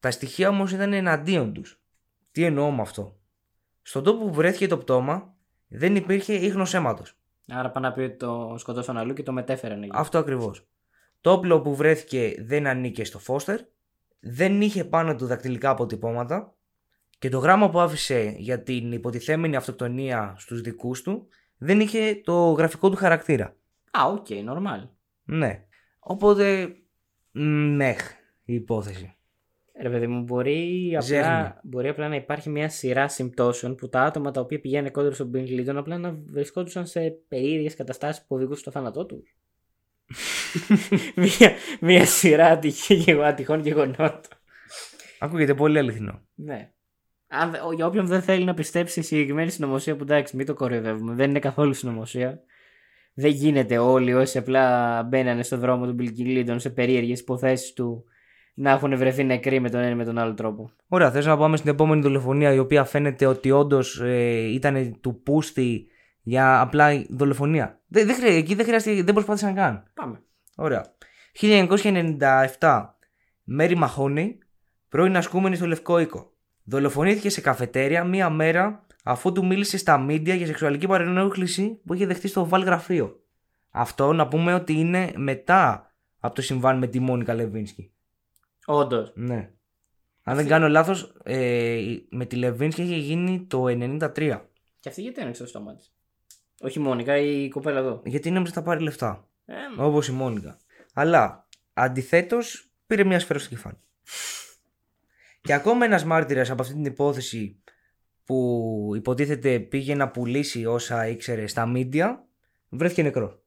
Speaker 3: Τα στοιχεία όμως ήταν εναντίον τους. Τι εννοώ με αυτό. Στον τόπο που βρέθηκε το πτώμα δεν υπήρχε ίχνος αίματος.
Speaker 2: Άρα πάνε να πει ότι το σκοτώσαν αλλού και το μετέφεραν εκεί.
Speaker 3: Αυτό ακριβώς. Το όπλο που βρέθηκε δεν ανήκε στο Φώστερ, δεν είχε πάνω του δακτυλικά αποτυπώματα και το γράμμα που άφησε για την υποτιθέμενη αυτοκτονία στους δικούς του δεν είχε το γραφικό του χαρακτήρα.
Speaker 2: Α, οκ, normal.
Speaker 3: Ναι. Οπότε. Ναι, η υπόθεση.
Speaker 2: Ρε παιδί μου, μπορεί
Speaker 3: Ζέρνη.
Speaker 2: απλά, μπορεί απλά να υπάρχει μια σειρά συμπτώσεων που τα άτομα τα οποία πηγαίνουν κόντρα στον Bill Clinton απλά να βρισκόντουσαν σε περίεργες καταστάσεις που οδηγούσαν στο θάνατό τους. <laughs> μια, μια σειρά ατυχή- γεγο- ατυχών γεγονότων.
Speaker 3: Ακούγεται πολύ αληθινό.
Speaker 2: Ναι. Αν, δε- ο- για όποιον δεν θέλει να πιστέψει στη συγκεκριμένη συνωμοσία που εντάξει, μην το κοροϊδεύουμε, δεν είναι καθόλου συνωμοσία. Δεν γίνεται όλοι όσοι απλά μπαίνανε στο δρόμο του Bill Clinton σε περίεργες υποθέσεις του να έχουν βρεθεί νεκροί με τον ένα ή με τον άλλο τρόπο.
Speaker 3: Ωραία, θες να πάμε στην επόμενη δολοφονία η οποία φαίνεται ότι όντως ήταν του πούστη για απλά δολοφονία. Δεν, δεν, χρεια- εκεί δεν, χρειάστηκε, δεν προσπάθησαν καν.
Speaker 2: Πάμε.
Speaker 3: Ωραία. 1997. Μέρι Μαχώνη, πρώην ασκούμενη στο Λευκό Οίκο. Δολοφονήθηκε σε καφετέρια μία μέρα αφού του μίλησε στα μίντια για σεξουαλική παρενόχληση που είχε δεχτεί στο Βαλ γραφείο. Αυτό να πούμε ότι είναι μετά από το συμβάν με τη Μόνικα Λεβίνσκι.
Speaker 2: Όντως.
Speaker 3: Ναι. Αν δεν κάνω λάθος, ε, με τη Λεβίνσκι είχε γίνει το 93.
Speaker 2: Και αυτή γιατί ένοιξε το στόμα της. Όχι η Μόνικα, η κοπέλα εδώ.
Speaker 3: Γιατί νόμιζε θα πάρει λεφτά.
Speaker 2: Ε,
Speaker 3: Όπως η Μόνικα. Αλλά αντιθέτως πήρε μια σφαίρα στο κεφάλι. Και ακόμα ένας μάρτυρας από αυτή την υπόθεση που υποτίθεται πήγε να πουλήσει όσα ήξερε στα μίντια, βρέθηκε νεκρό.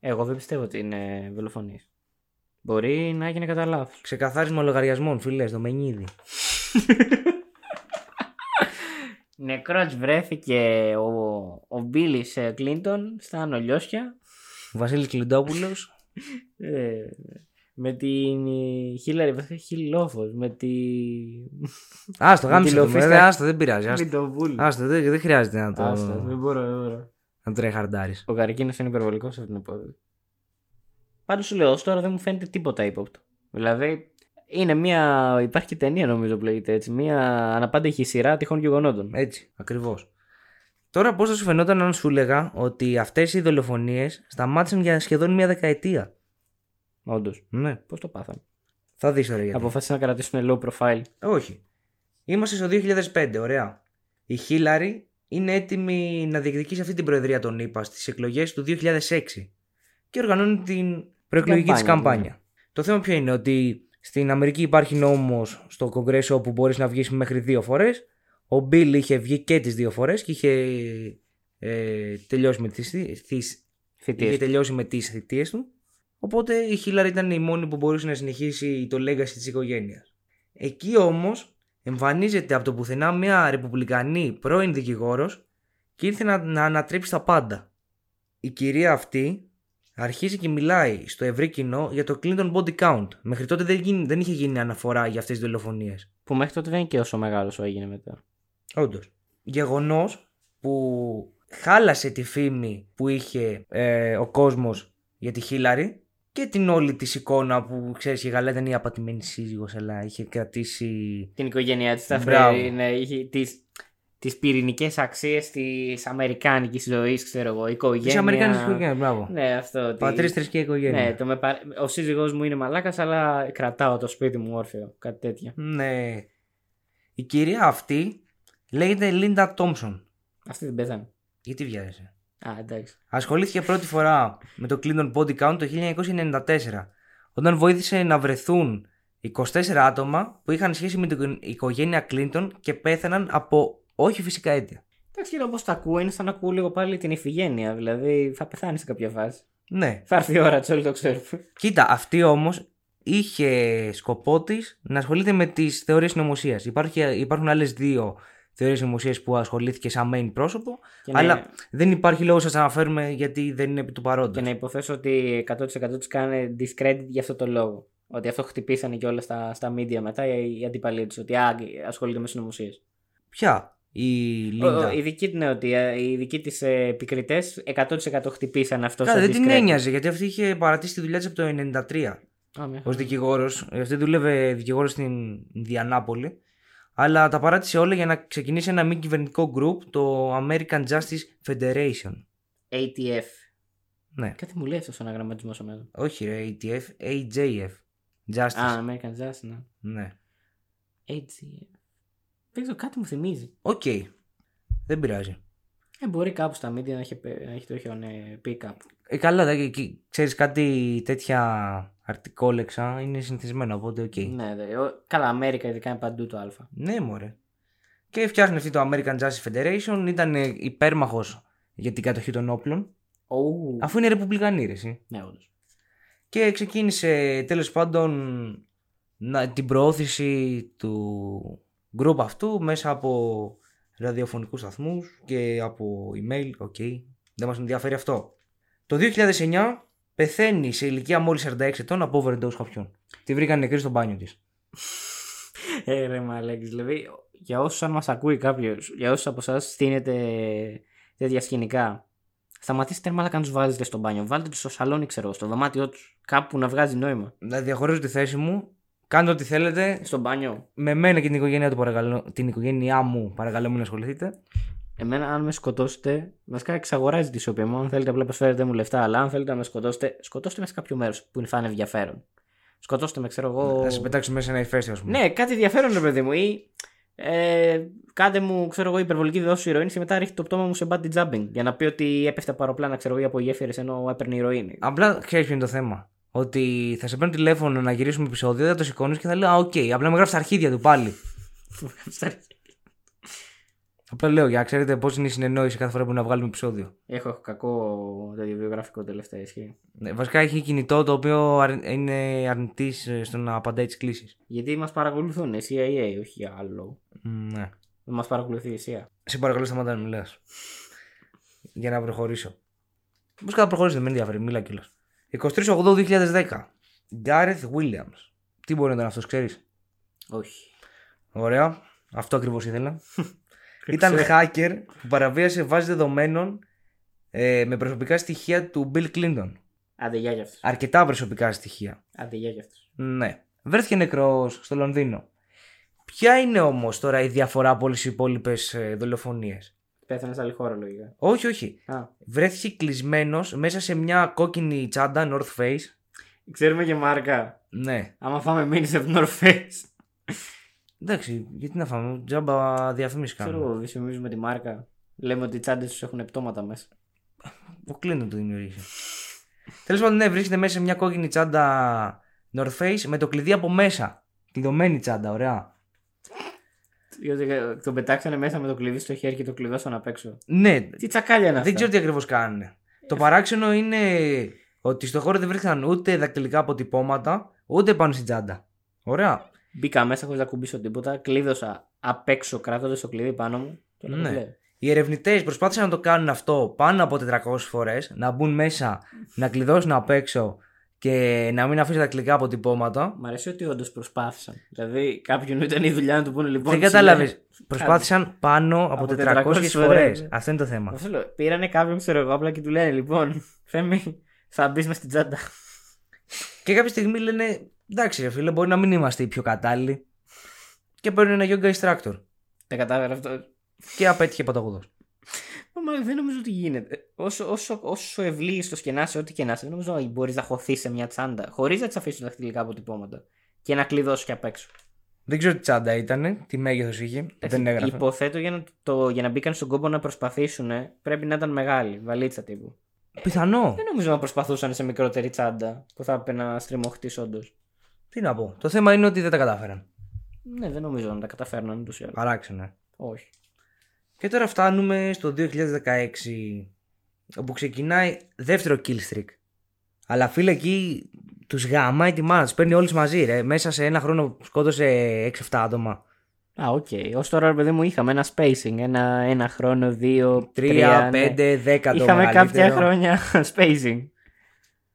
Speaker 2: Εγώ δεν πιστεύω ότι είναι δολοφονή. Μπορεί να έγινε κατά λάθος.
Speaker 3: Ξεκαθάρισμα λογαριασμών, φίλε, Δομενίδη.
Speaker 2: Νεκρός βρέθηκε ο, ο Μπίλις ε, Κλίντον στα Ανολιώσια
Speaker 3: Βασίλης Κλιντόπουλος.
Speaker 2: ε, με την ε, Χίλαρη, βασικά Χιλόφος, με τη...
Speaker 3: Άστο, γάμισε το.
Speaker 2: τηλεοφίστα.
Speaker 3: βέβαια, Άστο, δεν πειράζει. Άστο,
Speaker 2: με τον Βούλ.
Speaker 3: Άστο, δεν, δεν χρειάζεται να το.
Speaker 2: Άστα, δεν μπορώ, δεν μπορώ.
Speaker 3: να τρέχαρντάρει.
Speaker 2: Ο Καρκίνος είναι υπερβολικός σε αυτήν την υπόθεση. Πάντως σου λέω, ως τώρα δεν μου φαίνεται τίποτα ύποπτο. Δηλαδή, είναι μια... υπάρχει και ταινία νομίζω που λέγεται έτσι, μια αναπάντεχη σειρά τυχόν γεγονότων.
Speaker 3: Έτσι, ακριβώς. Τώρα, πώς θα σου φαινόταν αν σου έλεγα ότι αυτές οι δολοφονίες σταμάτησαν για σχεδόν μία δεκαετία.
Speaker 2: Όντως,
Speaker 3: Ναι.
Speaker 2: πώς το πάθαμε.
Speaker 3: Θα δεις τώρα γιατί.
Speaker 2: Αποφάσισαν να κρατήσουν low profile.
Speaker 3: Όχι. Είμαστε στο 2005, ωραία. Η Χίλαρη είναι έτοιμη να διεκδικήσει αυτή την προεδρία των ΗΠΑ στις εκλογές του 2006 και οργανώνει την προεκλογική της
Speaker 2: Καμπάνια,
Speaker 3: καμπάνια. Το θέμα ποιο είναι ότι στην Αμερική υπάρχει νόμος στο Κογκρέσο που μπορείς να βγεις μέχρι δύο φορές. Ο Μπιλ είχε βγει και τις δύο φορές και είχε ε, τελειώσει με τις, τις,
Speaker 2: Θητείες.
Speaker 3: Είχε τελειώσει με τις θητείες του. Οπότε η Χίλαρη ήταν η μόνη που μπορούσε να συνεχίσει το legacy της οικογένειας. Εκεί όμως εμφανίζεται από το πουθενά μια ρεπουμπλικανή πρώην δικηγόρος και ήρθε να, να ανατρέψει τα πάντα. Η κυρία αυτή αρχίζει και μιλάει στο ευρύ κοινό για το Clinton Body Count. Μέχρι τότε δεν, γίνει, δεν είχε γίνει αναφορά για αυτές τις δολοφονίες.
Speaker 2: Που μέχρι τότε δεν είναι και όσο μεγάλο όσο έγινε μετά.
Speaker 3: Όντως. Γεγονός που χάλασε τη φήμη που είχε ε, ο κόσμος για τη Χίλαρη και την όλη της εικόνα που ξέρεις η Γαλλία ήταν η απατημένη σύζυγος, αλλά είχε κρατήσει.
Speaker 2: Την οικογένειά της, τα
Speaker 3: Μπράβο.
Speaker 2: φρέη, ναι, είχε τις, τις πυρηνικές αξίες της αμερικάνικης ζωής, ξέρω εγώ, οικογένεια.
Speaker 3: Της Αμερικάνικης οικογένειας, μπράβο.
Speaker 2: Ναι, αυτό. ότι-
Speaker 3: Πατρίς, θρησκεία, οικογένεια.
Speaker 2: Ναι, το με παρα- ο σύζυγός μου είναι μαλάκας, αλλά κρατάω το σπίτι μου όρθιο, κάτι τέτοια.
Speaker 3: Ναι. Η κυρία αυτή λέγεται Λίντα Τόμσον.
Speaker 2: Αυτή δεν πέθανε.
Speaker 3: Γιατί βιάζεσαι.
Speaker 2: Α, εντάξει.
Speaker 3: Ασχολήθηκε πρώτη φορά με το Clinton Body Count το 1994, όταν βοήθησε να βρεθούν 24 άτομα που είχαν σχέση με την οικογένεια Clinton και πέθαναν από όχι φυσικά αίτια.
Speaker 2: Εντάξει, είναι όπως τα ακούω, είναι σαν να ακούω λίγο πάλι την ηφηγένεια. Δηλαδή, θα πεθάνεις σε κάποια φάση.
Speaker 3: Ναι.
Speaker 2: Θα έρθει η ώρα τη, όλοι το ξέρουμε.
Speaker 3: Κοίτα, αυτή όμως είχε σκοπό της να ασχολείται με τις θεωρίες νομοσία. Υπάρχουν άλλες δύο θεωρίες νομοσία που ασχολήθηκε σαν main πρόσωπο,
Speaker 2: Και να-
Speaker 3: αλλά δεν υπάρχει λόγος να σας αναφέρουμε γιατί δεν είναι επί του
Speaker 2: Και
Speaker 3: παρόντο.
Speaker 2: να υποθέσω ότι 100% τους κάνει discredit για αυτό το λόγο. Ότι αυτό χτυπήσανε και όλα στα, στα media μετά οι, οι αντιπαλοί τους, Ότι α, ασχολείται με συνωμοσίες.
Speaker 3: Ποια Ε, η Λίντα.
Speaker 2: Οι δικοί, ναι, ότι ε, οι δικοί τη επικριτέ 100% χτυπήσαν αυτό
Speaker 3: Καλά,
Speaker 2: στο
Speaker 3: δεν την
Speaker 2: discredit.
Speaker 3: ένοιαζε γιατί αυτή είχε παρατήσει τη δουλειά της από το 93
Speaker 2: Α, μια
Speaker 3: ως
Speaker 2: χαρά.
Speaker 3: δικηγόρος. Ε, Αυτή δούλευε δικηγόρος στην Ινδιανάπολη. Αλλά τα παράτησε όλα για να ξεκινήσει ένα μη κυβερνητικό group, το American Justice Federation.
Speaker 2: ATF.
Speaker 3: Ναι.
Speaker 2: Κάτι μου λέει αυτός ο αναγραμματισμός μέσα.
Speaker 3: Όχι ρε, ATF, AJF. Justice.
Speaker 2: Α, American Jazz, ναι.
Speaker 3: Ναι.
Speaker 2: ATF. Δεν ξέρω, κάτι μου θυμίζει.
Speaker 3: Οκ. Δεν πειράζει.
Speaker 2: Ε, μπορεί κάπου στα media να έχει, πε- να έχει το έχει ε, πει κάπου.
Speaker 3: Ε, καλά, δε, εκεί, ξέρεις κάτι τέτοια αρτικόλεξα είναι συνηθισμένο, οπότε οκ.
Speaker 2: Ναι, δε, ο- καλά, Αμέρικα ειδικά είναι παντού το Α.
Speaker 3: Ναι, μωρέ. Και φτιάχνει αυτή το American Justice Federation, ήταν ε, υπέρμαχος για την κατοχή των όπλων,
Speaker 2: Ου.
Speaker 3: αφού είναι ρεπουμπλικανή ρε, εσύ.
Speaker 2: Ναι, όντως.
Speaker 3: Και ξεκίνησε τέλος πάντων να, την προώθηση του γκρουπ αυτού μέσα από ραδιοφωνικούς σταθμούς και από email, οκ, δεν μας ενδιαφέρει αυτό. Το 2009 πεθαίνει σε ηλικία μόλις 46 ετών από overdose χαπιών. Τη βρήκαν νεκρή στο μπάνιο της.
Speaker 2: Ε, ρε μαλέκης, δηλαδή για όσους αν μας ακούει κάποιος, για όσους από εσάς στείνετε τέτοια σκηνικά, σταματήστε ρε μαλάκα να τους βάζετε στο μπάνιο, βάλτε τους στο σαλόνι ξέρω, στο δωμάτιό τους, κάπου να βγάζει νόημα.
Speaker 3: Να διαχωρίζω τη θέση μου, κάντε ό,τι θέλετε,
Speaker 2: Στο μπάνιο,
Speaker 3: με μένα και την οικογένειά, του παρακαλώ, την οικογένειά μου παρακαλώ μην ασχοληθείτε.
Speaker 2: εμένα αν με σκοτώσετε, βασικά εξαγοράζει τη σοπία μου, αν θέλετε απλά προσφέρετε μου λεφτά, αλλά αν θέλετε να με σκοτώσετε, σκοτώστε με σε κάποιο μέρος που θα είναι ενδιαφέρον. Σκοτώστε με ξέρω εγώ...
Speaker 3: Θα σε πετάξω μέσα σε ένα ηφαίστειο, ας πούμε.
Speaker 2: Ναι, κάτι ενδιαφέρον, ρε παιδί μου. Ή ε, κάντε μου, ξέρω εγώ, υπερβολική δόση ηρωίνης και μετά ρίχνει το πτώμα μου σε bungee jumping. Για να πει ότι έπεφτε παροπλάνα, ξέρω εγώ, ή από γέφυρες ενώ έπαιρνε ηρωίνη.
Speaker 3: Απλά ξέρεις ποιο είναι το θέμα. Ότι θα σε παίρνω τηλέφωνο να γυρίσουμε επεισόδιο, θα το σηκώνεις και θα λέω Α, οκ. Απλά με γράφεις τα αρχίδια του πάλι. Απλά λέω για να ξέρετε πώς είναι η συνεννόηση κάθε φορά που να βγάλουμε επεισόδιο.
Speaker 2: <laughs> έχω, έχω κακό τέτοιο βιογραφικό τελευταία ισχύ.
Speaker 3: Ναι, βασικά έχει κινητό το οποίο αρ- είναι αρνητής στο να απαντάει τις κλήσεις.
Speaker 2: Γιατί μας παρακολουθούν η CIA, όχι για άλλο.
Speaker 3: Ναι.
Speaker 2: Δεν μας παρακολουθεί η CIA.
Speaker 3: Σε παρακαλώ, σταματά να μιλάς. για να προχωρήσω. Πώς κατά προχωρήσω, δεν με ενδιαφέρει, μιλά κιόλας. 23-8-2010. Γκάρεθ Βίλιαμ. Τι μπορεί να ήταν αυτός, ξέρεις.
Speaker 2: Όχι.
Speaker 3: Ωραία. Αυτό ακριβώς ήθελα. Ήταν hacker που παραβίασε βάση δεδομένων ε, με προσωπικά στοιχεία του Bill Clinton.
Speaker 2: Άντε γεια για αυτούς.
Speaker 3: Αρκετά προσωπικά στοιχεία.
Speaker 2: Άντε γεια για αυτούς.
Speaker 3: Ναι. Βρέθηκε νεκρός στο Λονδίνο. Ποια είναι όμως τώρα η διαφορά από όλες τι υπόλοιπε δολοφονίες.
Speaker 2: Πέθανε σε άλλη χώρα, λογικά.
Speaker 3: ε, Όχι, όχι.
Speaker 2: Α,
Speaker 3: Βρέθηκε κλεισμένος μέσα σε μια κόκκινη τσάντα North Face.
Speaker 2: ξέρουμε και μάρκα.
Speaker 3: Ναι.
Speaker 2: Άμα φάμε μήνυ από την Norface.
Speaker 3: Εντάξει, γιατί να φάμε, τζάμπα διαφημίσει
Speaker 2: Ξέρω
Speaker 3: κάνουμε.
Speaker 2: εγώ, διαφημίζουμε τη μάρκα. Λέμε ότι οι τσάντες τους έχουν πτώματα μέσα.
Speaker 3: Ο Κλίντον το δημιουργήσε. Τέλος πάντων, ναι, βρίσκεται μέσα σε μια κόκκινη τσάντα North Face με το κλειδί από μέσα. Κλειδωμένη τσάντα, ωραία.
Speaker 2: Διότι ε, τον πετάξανε μέσα με το κλειδί στο χέρι και το κλειδώσαν απ' έξω.
Speaker 3: Ναι,
Speaker 2: Τι τσακάλια να
Speaker 3: δεν ξέρω τι ακριβώς κάνουν. Το παράξενο είναι ότι στο χώρο δεν βρήκαν ούτε δακτυλικά αποτυπώματα, ούτε πάνω στην τσάντα. Ωραία.
Speaker 2: Μπήκα μέσα χωρίς να κουμπίσω τίποτα, κλείδωσα απ' έξω κρατώντα το κλειδί πάνω μου. Και όλα
Speaker 3: Ναι.
Speaker 2: καλά.
Speaker 3: Οι ερευνητές προσπάθησαν να το κάνουν αυτό πάνω από 400 φορές, να μπουν μέσα, να κλειδώσουν απ' έξω και να μην αφήσουν δακτυλικά αποτυπώματα.
Speaker 2: Μ' αρέσει ότι όντως προσπάθησαν. Δηλαδή, κάποιον ήταν η δουλειά να του πούνε λοιπόν.
Speaker 3: δεν
Speaker 2: σήμερα-
Speaker 3: κατάλαβε. Προσπάθησαν πάνω από,
Speaker 2: Από
Speaker 3: 400,
Speaker 2: 400
Speaker 3: φορέ.
Speaker 2: φορές.
Speaker 3: Αυτό είναι το θέμα.
Speaker 2: Αυτό λέω. Πήρανε κάποιον, ξέρω εγώ, απλά και του λένε λοιπόν, <laughs> Φέμι, θα μπεις μες στην τσάντα.
Speaker 3: Και κάποια στιγμή λένε, εντάξει, ρε φίλε, μπορεί να μην είμαστε οι πιο κατάλληλοι. Και παίρνουν ένα yoga instructor.
Speaker 2: Τα κατάφερα αυτό.
Speaker 3: Και απέτυχε παταγωδός.
Speaker 2: Μα δεν νομίζω ότι γίνεται. Ε, Όσο, όσο, όσο ευλίγιστο και να είσαι, ό,τι και να είσαι, δεν νομίζω ότι μπορείς να χωθείς σε μια τσάντα χωρίς να τη αφήσει δαχτυλικά αποτυπώματα και να κλειδώσεις και απ' έξω.
Speaker 3: Δεν ξέρω τι τσάντα ήταν, τι μέγεθος είχε. Δεν έγραφε.
Speaker 2: Υποθέτω για να, το, για να μπήκαν στον κόμπο να προσπαθήσουν ε, πρέπει να ήταν μεγάλη, βαλίτσα τύπου.
Speaker 3: Πιθανό.
Speaker 2: Δεν νομίζω να προσπαθούσαν σε μικρότερη τσάντα που θα έπρεπε να στριμωχτεί όντως.
Speaker 3: Τι να πω. Το θέμα είναι ότι δεν τα κατάφεραν.
Speaker 2: Ναι, δεν νομίζω να τα καταφέρναν ούτως ή άλλως.
Speaker 3: Παράξενο. ε.
Speaker 2: Όχι.
Speaker 3: Και τώρα φτάνουμε στο 2016, όπου ξεκινάει δεύτερο kill streak. Αλλά φίλε εκεί τους γαμάει τη μάνα, τους παίρνει όλους μαζί, ρε. Μέσα σε ένα χρόνο σκότωσε 6-7 άτομα.
Speaker 2: Α, οκ. Ως τώρα, ρε παιδί μου, είχαμε ένα spacing. Ένα, ένα χρόνο, δύο, τρία.
Speaker 3: 3,
Speaker 2: ναι.
Speaker 3: 5, 10 το
Speaker 2: Είχαμε κάποια
Speaker 3: μεγαλύτερο.
Speaker 2: χρόνια <laughs> spacing.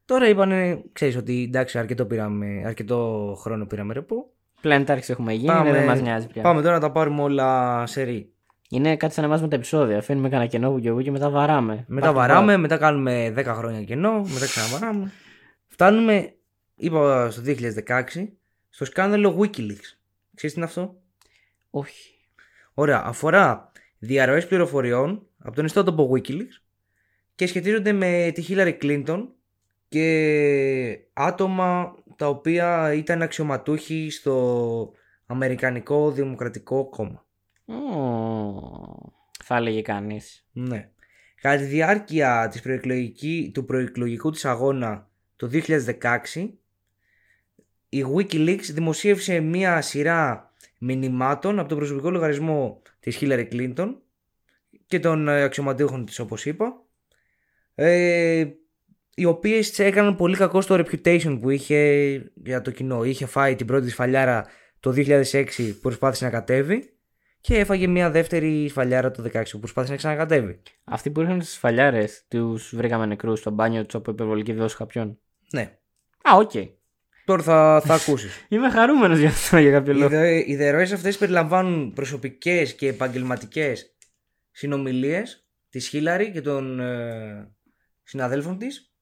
Speaker 3: Τώρα είπανε, ξέρεις ότι εντάξει, αρκετό, πήραμε, αρκετό χρόνο πήραμε ρεπό.
Speaker 2: Planetarics έχουμε γίνει,
Speaker 3: Πάμε-
Speaker 2: ναι, δεν μας νοιάζει πια.
Speaker 3: Πάμε τώρα να τα πάρουμε όλα σε ρί.
Speaker 2: Είναι κάτι σαν εμά με τα επεισόδια. Αφήνουμε κανένα κενό που και εγώ και μετά βαράμε.
Speaker 3: Μετά βαράμε, μετά κάνουμε 10 χρόνια κενό, μετά ξαναβαράμε. Φτάνουμε, είπα στο 2016, στο σκάνδαλο Wikileaks. Ξέρεις τι είναι αυτό?
Speaker 2: Όχι.
Speaker 3: Ωραία, αφορά διαρροές πληροφοριών από τον ιστότοπο Wikileaks και σχετίζονται με τη Hillary Clinton και άτομα τα οποία ήταν αξιωματούχοι στο Αμερικανικό Δημοκρατικό Κόμμα.
Speaker 2: Ω, Θα έλεγε κανείς.
Speaker 3: Ναι. Κατά τη διάρκεια της προεκλογική, του προεκλογικού της αγώνα το 2016, η Wikileaks δημοσίευσε μία σειρά μηνυμάτων από τον προσωπικό λογαριασμό της Hillary Clinton και των ε, αξιωματούχων της όπως είπα, ε, οι οποίες της έκαναν πολύ κακό στο reputation που είχε για το κοινό. Είχε φάει την πρώτη σφαλιάρα το 2006 που προσπάθησε να κατέβει και έφαγε μια δεύτερη σφαλιάρα το 2016 που προσπάθησε να ξανακατέβει.
Speaker 2: Αυτοί που ήρθαν στι φαλιάρε, τους βρήκαμε νεκρούς στο μπάνιο του από υπερβολική δόση χαπιών.
Speaker 3: Ναι.
Speaker 2: Α, οκ.
Speaker 3: Τώρα θα, θα ακούσεις.
Speaker 2: <laughs> Είμαι χαρούμενος για αυτό για κάποιο
Speaker 3: Οι,
Speaker 2: λόγο.
Speaker 3: δε, οι δερροές αυτές περιλαμβάνουν προσωπικές και επαγγελματικές συνομιλίες της Χίλαρη και των ε, συναδέλφων της